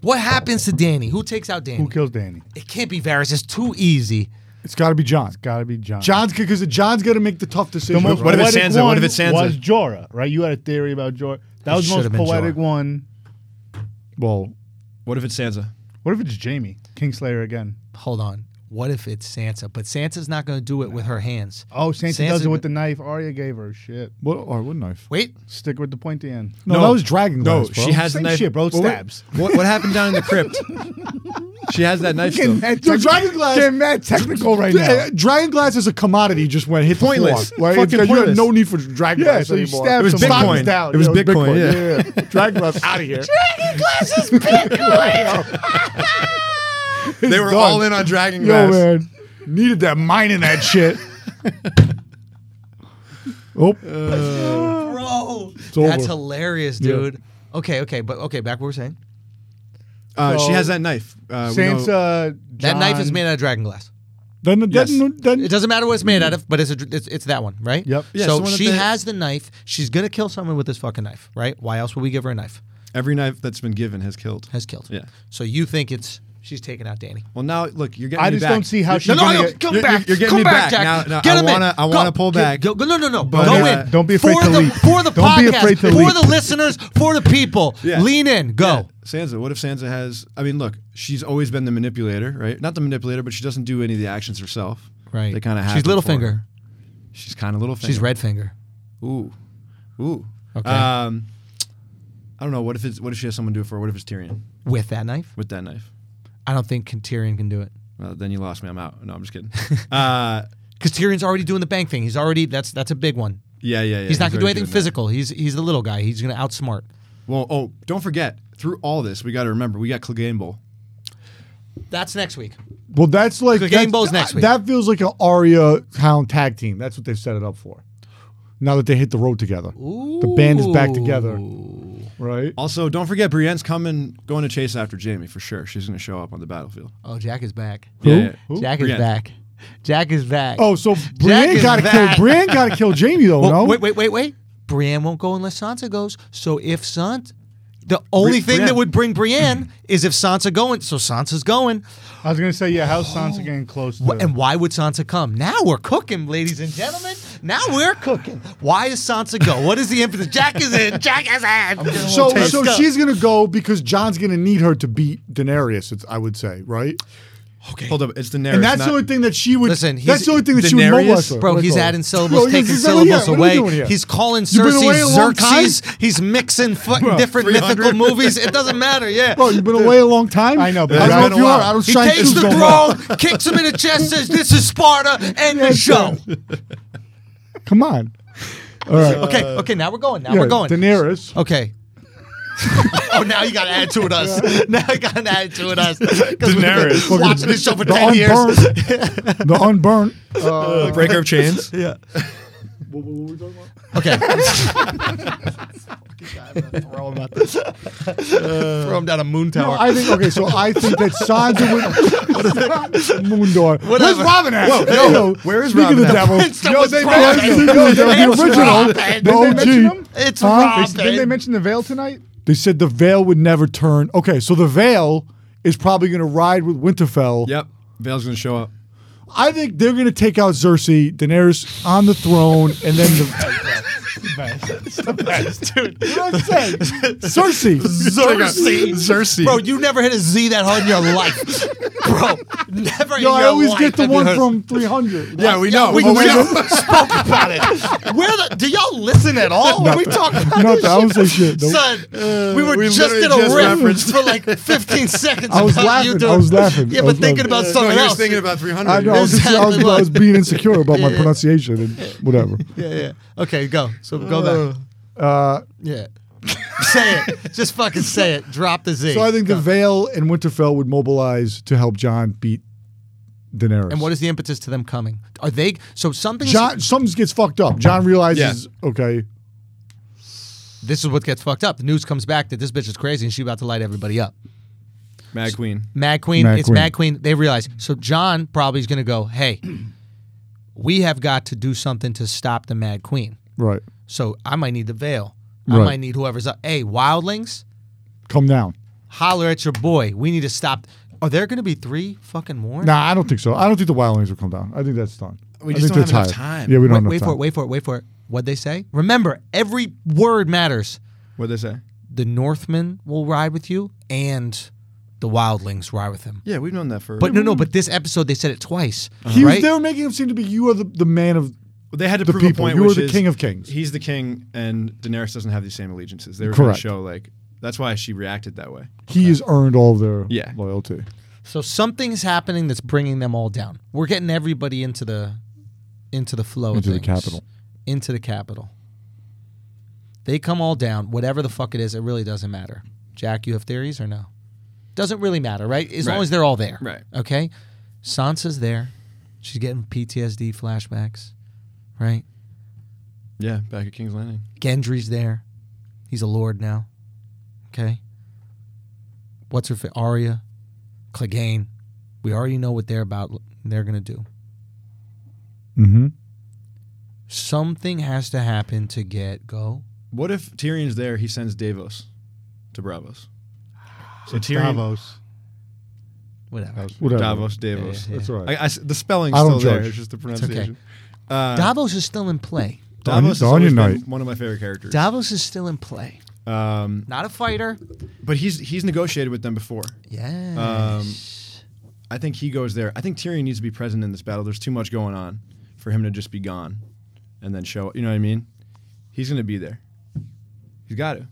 What happens to Danny? Who takes out Danny? Who kills Danny? It can't be Varys. It's too easy. It's got to be John. Got to be John. John's because John's got to make the tough The decision. most What if it's poetic Sansa? What if one it's Sansa? Was Jorah right? You had a theory about Jorah. That was the should've been most poetic Jorah. one. well, What if it's Sansa? What if it's Jamie Kingslayer again? Hold on. What if it's Sansa? But Sansa's not going to do it with her hands. Oh, Sansa, Sansa does it would- with the knife Arya gave her. Shit. what or what knife? Wait, Stick with the pointy end. No, that was dragon. No, glass, bro. she has Same the knife. shit, bro. It Well, wait. stabs. What, what happened down in the crypt? she has that knife still. Dude, dragon glass. Getting mad technical right now. Uh, Dragon glass is a commodity. Just went hit Pointless. The floor. Like, Fucking it's- you have pointless. no need for dragon Yeah, glass so you anymore. stab It was someone. Bitcoin. It's down. It was Bitcoin, yeah. yeah. *laughs* dragon glass out of here. They were done. all in on Dragon Yo, Glass. man. Needed that mine in that shit. *laughs* oh, bro. over. That's hilarious, Yeah. dude. Okay, okay, but okay, back what we're saying. Uh, she So- has that knife. Uh, we know- Sansa. That knife is Jon- made out of dragon glass. then, then, Yes. then It doesn't matter what it's made out of, but it's a, it's, it's that one, right? Yep. Yeah, it's the so one that she they- has the knife. She's gonna kill someone with this fucking knife, right? Why else would we give her a knife? every knife that's been given has killed. Has killed. Yeah. So you think it's she's taking out Danny? Well, now look, you're getting. I me just back. don't see how You're- she's gonna no, get- You're, you're, you're getting me back. Now, now Get I him wanna, in. Go. I want to pull Get- back. go- no, no, no. But, go uh, in. don't be afraid for to the, leap. For the Don't be podcast, afraid for to leap. the listeners, for the people. Yeah. Lean in. Go. Sansa, what if Sansa has? I mean, look, she's always been the manipulator, right? Not the manipulator, but she doesn't do any of the actions herself. Right. They kind of She's Littlefinger. She's kind of Littlefinger. She's Redfinger. Ooh, ooh. Okay. Um, I don't know. What if it's? What if she has someone do it for? her? What if it's Tyrion With that knife, with that knife? I don't think Tyrion can do it. Well, then you lost me. I'm out. No, I'm *laughs* just kidding. uh, Because Tyrion's already doing the bank thing. He's already that's that's a big one. yeah, yeah, yeah. He's not gonna do already anything doing that. physical. He's he's the little guy. He's gonna outsmart. Well, oh, don't forget. Through all this, we got to remember we got Clegane Bowl. That's next week. well, that's like The that's- Game Bowl's next week. That feels like an Arya Hound tag team. That's what they've set it up for. Now that they hit the road together, the band is back together, right? Also, don't forget Brienne's coming, going to chase after Jamie for sure. She's going to show up on the battlefield. Oh, Jack is back. Yeah, Who? yeah. Who? Jack is Brienne. back. Jack is back. Oh, so Brienne is got to back. kill. Brienne got to kill Jamie though. Well, no, wait, wait, wait, wait. Brienne won't go unless Sansa goes. So if Sansa, the only thing that Brienne. would bring Brienne *laughs* is if Sansa going. So Sansa's going. I was gonna say yeah. How's Sansa getting close? To Wh- And why would Sansa come? Now we're cooking, ladies and gentlemen. Now we're cooking. Why is Sansa go? What is the impetus? Jack is in. Jack is in. So, Let's so go. she's gonna go because John's gonna need her to beat Daenerys. It's, I would say, right? Okay. Hold up, it's Daenerys. And that's not, the only thing that she would. Listen, he's- that's the only thing that she would Daenerys? mobilize. for. Bro, What do I he's call it? adding syllables, Bro, he's taking exactly- yeah, syllables what are we doing away. here? He's calling You've been away Cersei a long time? Xerxes. He's mixing fucking Bro, different mythical movies. It doesn't matter. Yeah. Bro, you've been away a long time. I know, but I it's don't know been if a you are. while. I was he trying takes to the throne, kicks him in the chest, says, "This is Sparta," and the show. Come on. All right. Okay, okay, now we're going. Now Yeah, we're going. *laughs* Daenerys. *laughs* Okay. oh, now you got to add to it us. *laughs* Now you got to add to it us. Because we've Daenerys. been watching this show for The 10 years. unburnt. the unburnt. Uh, breaker of chains. Yeah. *laughs* *laughs* Okay. *laughs* throw, him out the- throw him down a moon no, tower. I think okay. So I think that Sansa would Moondor. Where's Whatever. Robin at? Whoa, Yo, no, where is speak Robin of the at? devil? Prince that was Yo, Robin. speak of the devil, It's the original. Robin. the Did they mention OG. him? it's Huh? They, Robin. didn't they mention the veil tonight? They said the veil would never turn. Okay, so the veil is probably going to ride with Winterfell. Yep, Vale's gonna show up. I think they're going to take out Cersei, Daenerys on the throne, and then the. dude. what I'm saying? *laughs* Cersei. Cersei. Cersei. Bro, you never hit a Z that hard in your life. *laughs* Bro, never in Yo, your I always life get the have you one heard- *laughs* from 300. yeah, we know. We Oh, just *laughs* spoke *laughs* about it. Where the, do y'all listen at all when we talk about *laughs* No, this I shit? don't say shit. Nope. Son, Uh, we were we just literally in a just reference *laughs* referenced- for like *laughs* 15 seconds. I was about laughing, You doing, I was laughing, Yeah, I but was thinking laughing. about no, something he was else. thinking about 300. I know. I was, just, I, was, Exactly. I was being insecure about my Yeah. pronunciation and whatever. *laughs* yeah, yeah. Okay, go. So go back. Uh, Yeah. say it. Just fucking say it. Drop the Z. so I think the Vale and Winterfell would mobilize to help John beat Daenerys. and what is the impetus to them coming? Are they so something? John? Something gets fucked up. John realizes, okay, This is what gets fucked up. The news comes back that this bitch is crazy and she about to light everybody up. Mad Queen. Mad Queen. Mad it's Queen. Mad Queen. They realize. So John probably is going to go, hey, we have got to do something to stop the Mad Queen. right, So I might need the veil. I Right. might need whoever's up. Hey, wildlings, come down. holler at your boy. We need to stop. Are there going to be three fucking more? Nah, I don't think so. I don't think the Wildlings will come down. I think that's done. We I just think don't they're have enough tired. time. Yeah, we Wait, don't have wait enough for it. time. Wait for it. Wait for it. What'd they say? Remember, every word matters. What'd they say? The Northmen will ride with you, and the wildlings ride with him. Yeah, we've known that for. But no, no. But this episode, they said it twice. He was, right? they were making him seem to be you are the, the man of Well, they had to the prove people. a point. You are which the is king of kings. He's the king, and Daenerys doesn't have the same allegiances. They were going to Correct. show like that's why she reacted that way. he has earned all their Yeah. loyalty. So something's happening that's bringing them all down. We're getting everybody into the into the flow Into of the things. capital. Into the capital. They come all down. Whatever the fuck it is, it really doesn't matter. Jack, you have theories or no? Doesn't really matter, right? As long Right. as they're all there. Right. Okay? Sansa's there. She's getting PTSD flashbacks, right? Yeah, back at King's Landing. Gendry's there. He's a lord now. Okay. What's her fit? Arya, Clegane. We already know what they're about. They're gonna do. Mm-hmm. Something has to happen to get go. What if Tyrion's there? He sends Davos to Bravos. So It's Tyrion, Davos. Whatever. Whatever. Davos, Davos. Yeah, yeah, That's all I, right. I s- the spelling's I don't still there. judge. It's just the okay. pronunciation. Uh, Davos is still in play. The Davos has Onion- always the Onion been one of my favorite characters. Davos is still in play. um, Not a fighter. but he's he's negotiated with them before. Um, Yes. Uh, I think he goes there. I think Tyrion needs to be present in this battle. There's too much going on for him to just be gone and then show. You know what I mean? He's going to be there. He's got to.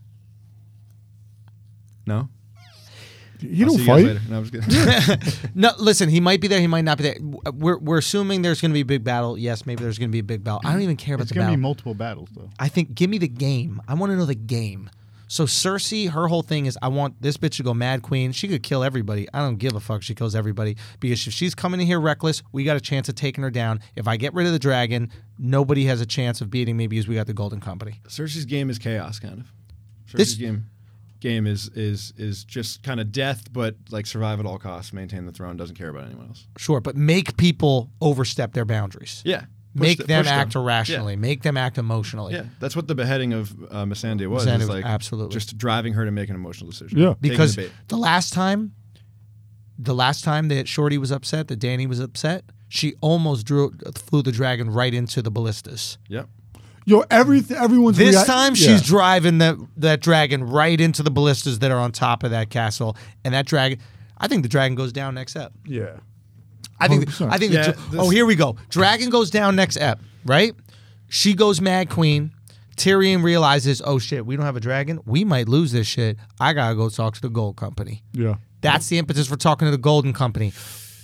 No, You I'll don't see guys fight. later. No, I'm just kidding. *laughs* No, listen. He might be there. He might not be there. We're, we're assuming there's going to be a big battle. Yes, maybe there's going to be a big battle. I don't even care about It's the gonna battle. be multiple battles though. I think give me the game. I want to know the game. So Cersei, her whole thing is I want this bitch to go mad queen. She could kill everybody. I don't give a fuck. She kills everybody because if she's coming in here reckless, we got a chance of taking her down. If I get rid of the dragon, nobody has a chance of beating me because we got the Golden Company. Cersei's game is chaos, kind of. Cersei's This- game game is is is just kind of death, but like survive at all costs, maintain the throne, doesn't care about anyone else. Sure, but make people overstep their boundaries. Yeah, Push Make the- them push act Yeah. irrationally. Make them act emotionally. Yeah, that's what the beheading of uh, Missandei was. Missandei was is, like absolutely. just driving her to make an emotional decision. Yeah. Taking the because the, bait. last time the last time that shorty was upset that danny was upset she almost drew flew the dragon right into the ballistas yep. Yo, every everyone's this react- time yeah. she's driving that that dragon right into the ballistas that are on top of that castle and that dragon i think the dragon goes down next up yeah. I think. 100%. I think. the Yeah, dra- this- oh, here we go. Dragon goes down next ep, right? She goes Mad Queen. Tyrion realizes, oh shit, we don't have a dragon. We might lose this shit. I gotta go talk to the gold company. Yeah. That's the impetus for talking to the Golden Company.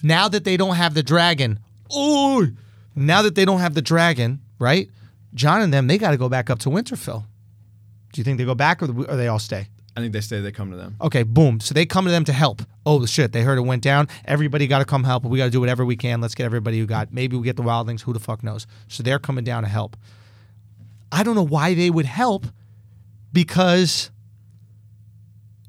Now that they don't have the dragon, oh, now that they don't have the dragon, right? John and them, they got to go back up to Winterfell. Do you think they go back or, or they all stay? I think they say they come to them. Okay, boom. So they come to them to help. Oh shit, they heard it went down. Everybody got to come help. We got to do whatever we can. Let's get everybody who got. Maybe we get the wildlings. Who the fuck knows? So they're coming down to help. I don't know why they would help because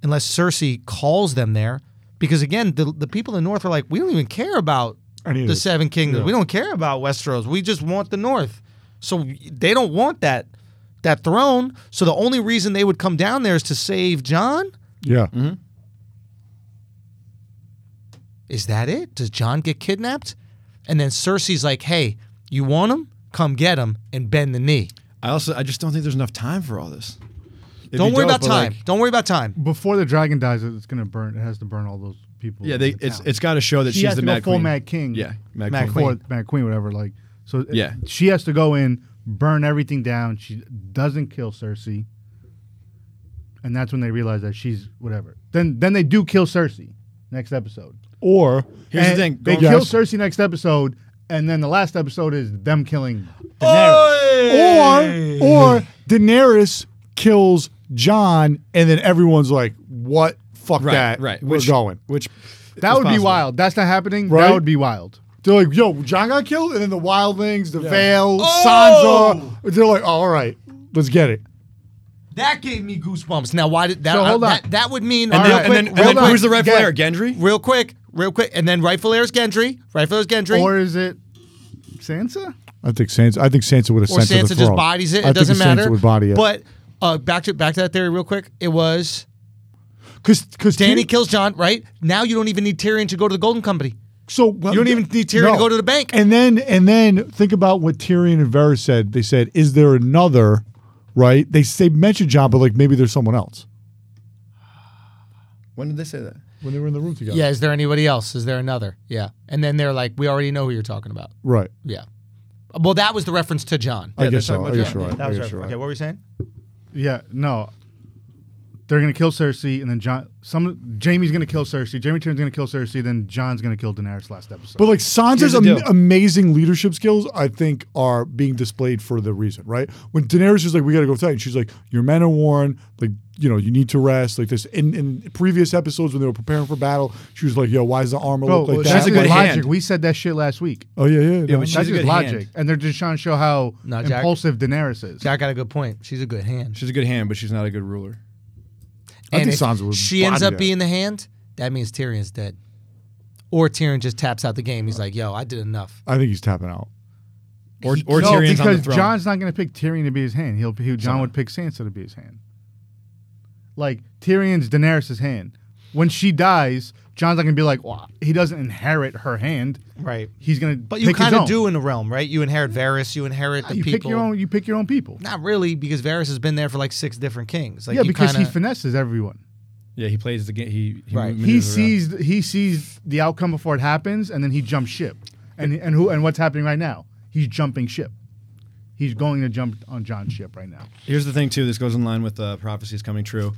unless Cersei calls them there. Because again, the, the people in the North are like, we don't even care about Any of the this. Seven Kingdoms. Yeah. We don't care about Westeros. We just want the North. So they don't want that that throne. So the only reason they would come down there is to save John. Yeah. Is that it? Does John get kidnapped? And then Cersei's like, hey, you want him? Come get him and bend the knee. I also I just don't think there's enough time for all this. It'd be Don't worry dope, about but, time. like, Don't worry about time. Before the dragon dies, it's gonna burn. It has to burn all those people. yeah, they, in the it's town. it's got to show that she she's has the to go Mad full Queen. Mad King. Yeah, Mad, Mad Queen. Queen. Before Mad Queen, whatever. Like so, it- Yeah. she has to go in, burn everything down. She doesn't kill Cersei, and that's when they realize that she's whatever. Then then they do kill Cersei next episode. Or eh, Here's And the thing. they going- kill Cersei next episode, and then the last episode is them killing Daenerys. or or Daenerys kills John, and then everyone's like, "What? Fuck Right, that! right. We're Which- going." which That is would be possible. wild. That's not happening. Right? That would be wild. They're like, "Yo, John got killed," and then the Wildlings, the Vale, Oh! Sansa. They're like, "Oh, "All right, let's get it." That gave me goosebumps. Now, why did that? So hold on. that, that would mean And, real, then, quick, and, then, and real, then quick, who's the rightful Yeah. heir? Gendry? real quick, real quick, and then rightful heir is Gendry. Rightful heir is Gendry. Or is it Sansa? I think Sansa. I think Sansa would have or sent to the Sansa throne. just bodies it. I It think doesn't Sansa matter. would body it. But uh, back to back to that theory, real quick. It was because because Danny kills John. Right now, you don't even need Tyrion to go to the Golden Company. So well, You don't even need Tyrion to go to the bank. And then and then think about what Tyrion and Varys said. They said, "Is there another?" Right? They they mentioned John, but like maybe there's someone else When did they say that? when they were in the room together. Yeah. Is there anybody else? Is there another? Yeah. And then they're like, we already know who you're talking about. Right. Yeah. Well, that was the reference to John. I guess so. I talking about guess you're right. I guess you're right. what were you saying? Yeah, no. They're gonna kill Cersei, and then John. Some Jamie's gonna kill Cersei. Jamie Tyrion's gonna kill Cersei. Then John's gonna kill Daenerys. Last episode. But like Sansa's Here's the am- deal. amazing leadership skills, I think, are being displayed for the reason, right? When Daenerys is like, "We got to go fight," and she's like, "Your men are worn. Like, you know, you need to rest." Like this. In, in previous episodes, when they were preparing for battle, she was like, "Yo, why does the armor Bro, look like that's that?" a good just hand. logic. We said that shit last week. oh yeah, yeah. no, but she's that's a just good logic, hand. and they're just trying to show how No, Jack- impulsive Daenerys is. Jack got a good point. She's a good hand. She's a good hand, but she's not a good ruler. I think if Sansa would she ends body up that. being the hand, that means Tyrion's dead. Or Tyrion just taps out the game. He's like, yo, I did enough. I think he's tapping out. Or, or no, Tyrion's on the because throne. John's not gonna pick Tyrion to be his hand. He'll he, John would pick Sansa to be his hand. Like Tyrion's Daenerys' hand. When she dies, John's not gonna be like, well, he doesn't inherit her hand. Right. He's gonna. But you pick his kind of own. do in the realm, right? You inherit Varys, you inherit the Ah, You people. pick your own. You pick your own people. Not really, because Varys has been there for like six different kings. Like yeah, you because kinda, he finesses everyone. yeah, he plays the game. He, he Right. He maneuvers around. sees he sees the outcome before it happens, and then he jumps ship. And and who and what's happening right now? He's jumping ship. He's going to jump on John's ship right now. Here's the thing, too. This goes in line with uh, prophecies coming true.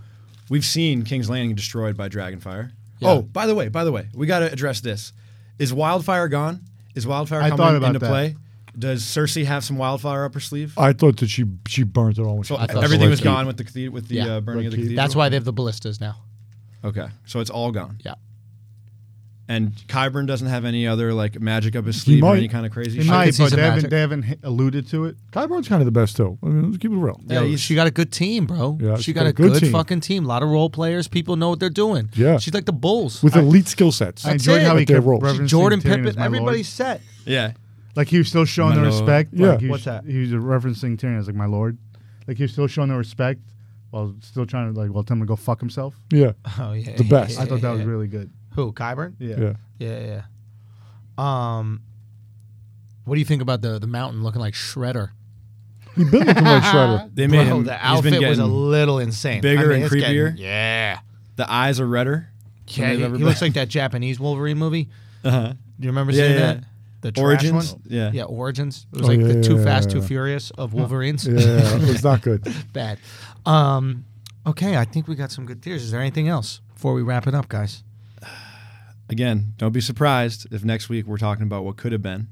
We've seen King's Landing destroyed by Dragonfire. Oh, by the way, by the way, we got to address this. Is Wildfire gone? Is Wildfire I coming thought in- about into that. play? Does Cersei have some Wildfire up her sleeve? I thought that she she burnt it all. When So she thought everything so. was gone with the cathed- with the Yeah. uh, burning of the Red key. cathedral. That's why they have the ballistas now. Okay, so it's all gone. Yeah. And Kyburn doesn't have any other like magic up his sleeve or might. any kind of crazy He shit. could might, see but some they magic. haven't, they haven't hi- alluded to it. Kyburn's kind of the best too. I mean, let's keep it real. Yeah, he's- she got a good team, bro. Yeah, she, got, a good, team. fucking team. A lot of role players. People know what they're doing. Yeah. she's like the Bulls. with elite skill sets. I That's enjoyed it. how he But they kept roll. referencing Jordan Tyrion Pippen. as my lord. Everybody's set. Yeah. like he was still showing My the lord. respect. Yeah. like, he was, What's that? He was referencing Tyrion as like my lord. Like he was still showing the respect while still trying to like well tell him to go fuck himself. yeah, Oh yeah, The best. yeah, I thought that was yeah. really good. Who Kyburn? Yeah. yeah. Yeah, yeah, yeah. Um, what do you think about the the mountain looking like Shredder? He's been looking *laughs* like Shredder. They made Bro, him. the he's been outfit getting, was a little insane. bigger and it's getting- creepier. yeah, the eyes are redder. yeah. He, they've ever he been. looks like that Japanese Wolverine movie. Uh-huh. Do you remember Yeah, seeing yeah. that? The trash Origins. one? Yeah. Yeah, Origins. It was Oh, like yeah, the yeah, Too yeah, Fast, Too yeah. Furious of Wolverines. Yeah, yeah, it's not good. Bad. Um, okay, I think we got some good theories. Is there anything else before we wrap it up, guys? Again, don't be surprised if next week we're talking about what could have been,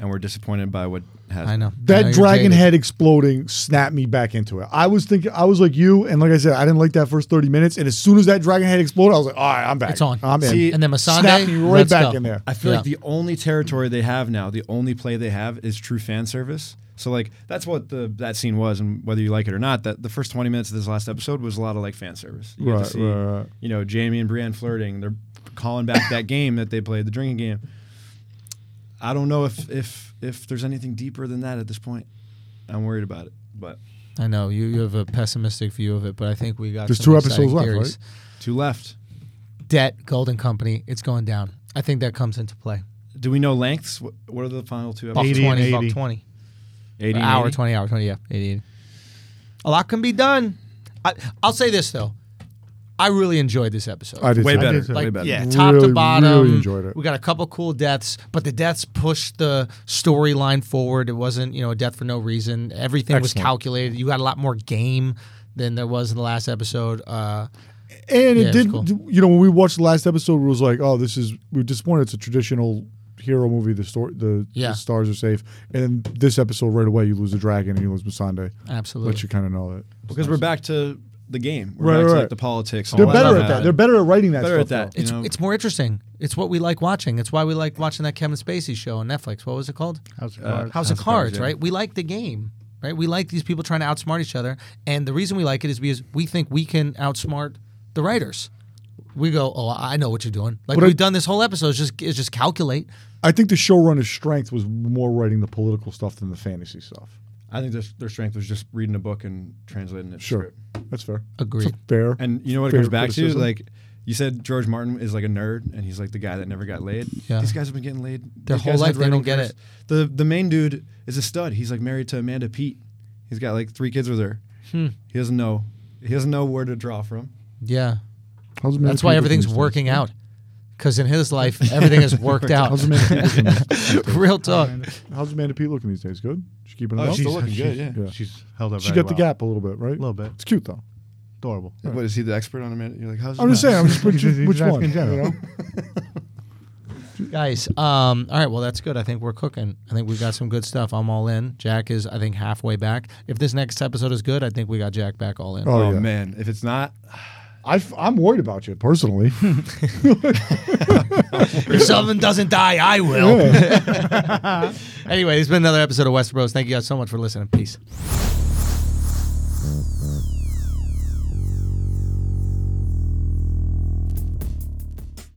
and we're disappointed by what has. I know I know That you're dragon jaded. head exploding snapped me back into it. I was thinking, I was like you, and like I said, I didn't like that first thirty minutes. And as soon as that dragon head exploded, I was like, all right, I'm back. It's on. I'm in. See, And then Masande, Snapped me right let's back go. in there. I feel Yeah. like the only territory they have now, the only play they have, is true fan service. So like that's what the that scene was, and whether you like it or not, that the first twenty minutes of this last episode was a lot of like fan service. You get Right, to see, right, right. you know, Jamie and Brienne flirting. They're calling back that game that they played, the drinking game. I don't know if if if there's anything deeper than that at this point. I'm worried about it, but I know you, you have a pessimistic view of it, but I think we got There's some two exciting episodes left, theories. right? two left. Debt, Golden Company, it's going down. I think that comes into play. Do we know lengths? What, what are the final two Buck episodes? 80 and twenty, buck 80. twenty, 80 and hour 80? twenty, hour twenty. Yeah, eighty. eighty. A lot can be done. I, I'll say this though, I really enjoyed this episode. I did Way too. better. so. way like better. yeah, Really, top to really bottom. enjoyed it. We got a couple cool deaths, but the deaths pushed the storyline forward. It wasn't you know a death for no reason. Everything was Excellent. calculated. You got a lot more game than there was in the last episode. Uh, And it Yeah, it's did. cool. You know, when we watched the last episode, it was like, oh, this is we were disappointed. It's a traditional hero movie. The story, the, Yeah. the stars are safe. And then this episode, right away, you lose the dragon and you lose Masande. absolutely. Let you kind of know that. Because we're back to the game. We're Right, back right, to right. like, the politics. and Oh, They're all better at stuff. that. They're better at writing that. Better at stuff, that. though. It's, you know? it's more interesting. It's what we like watching. It's why we like watching that Kevin Spacey show on Netflix. What was it called? How's it Uh, going? House, of Cards, right? We like the game, right? We like these people trying to outsmart each other. And the reason we like it is because we think we can outsmart the writers. We go, oh, I know what you're doing. Like But I- we've done this whole episode. It's just, it's just calculate. I think the showrunner's strength was more writing the political stuff than the fantasy stuff. I think their, their strength was just reading a book and translating it. to Sure, script. that's fair. Agreed. It's fair. And you know what it Fair comes back criticism. to? Like you said, George Martin is like a nerd, and he's like the guy that never got laid. Yeah. These guys have been getting laid Their These whole guys had life, they don't writing get careers. The the main dude is a stud. He's like married to Amanda Pete. He's got like three kids with her. Hmm. He doesn't know. He doesn't know where to draw from. Yeah, How's the man that's why Peter everything's Cruz doing? working out. Because in his life, everything has worked out. How's *laughs* the man? Pete *laughs* looking these- Real talk. How's Amanda Pete looking these days? Good. She keeping it Oh, up. she's still looking good. Yeah. Yeah. She's held up. She very got the well. gap a little bit, right? A little bit. It's cute though. Adorable. What is he the expert on Amanda? You're like, how's I'm just *laughs* saying. I'm just which, He's- he's which asking one? in general. you know? Guys, um, all right, well, that's good. I think we're cooking. I think we've got some good stuff. I'm all in. Jack is, I think, halfway back. If this next episode is good, I think we got Jack back all in. Oh, Oh, yeah. man, if it's not, I am worried about you *laughs* personally. if someone doesn't die, I *laughs* will. anyway, it's been another episode of Westeros. Thank you guys so much for listening. Peace.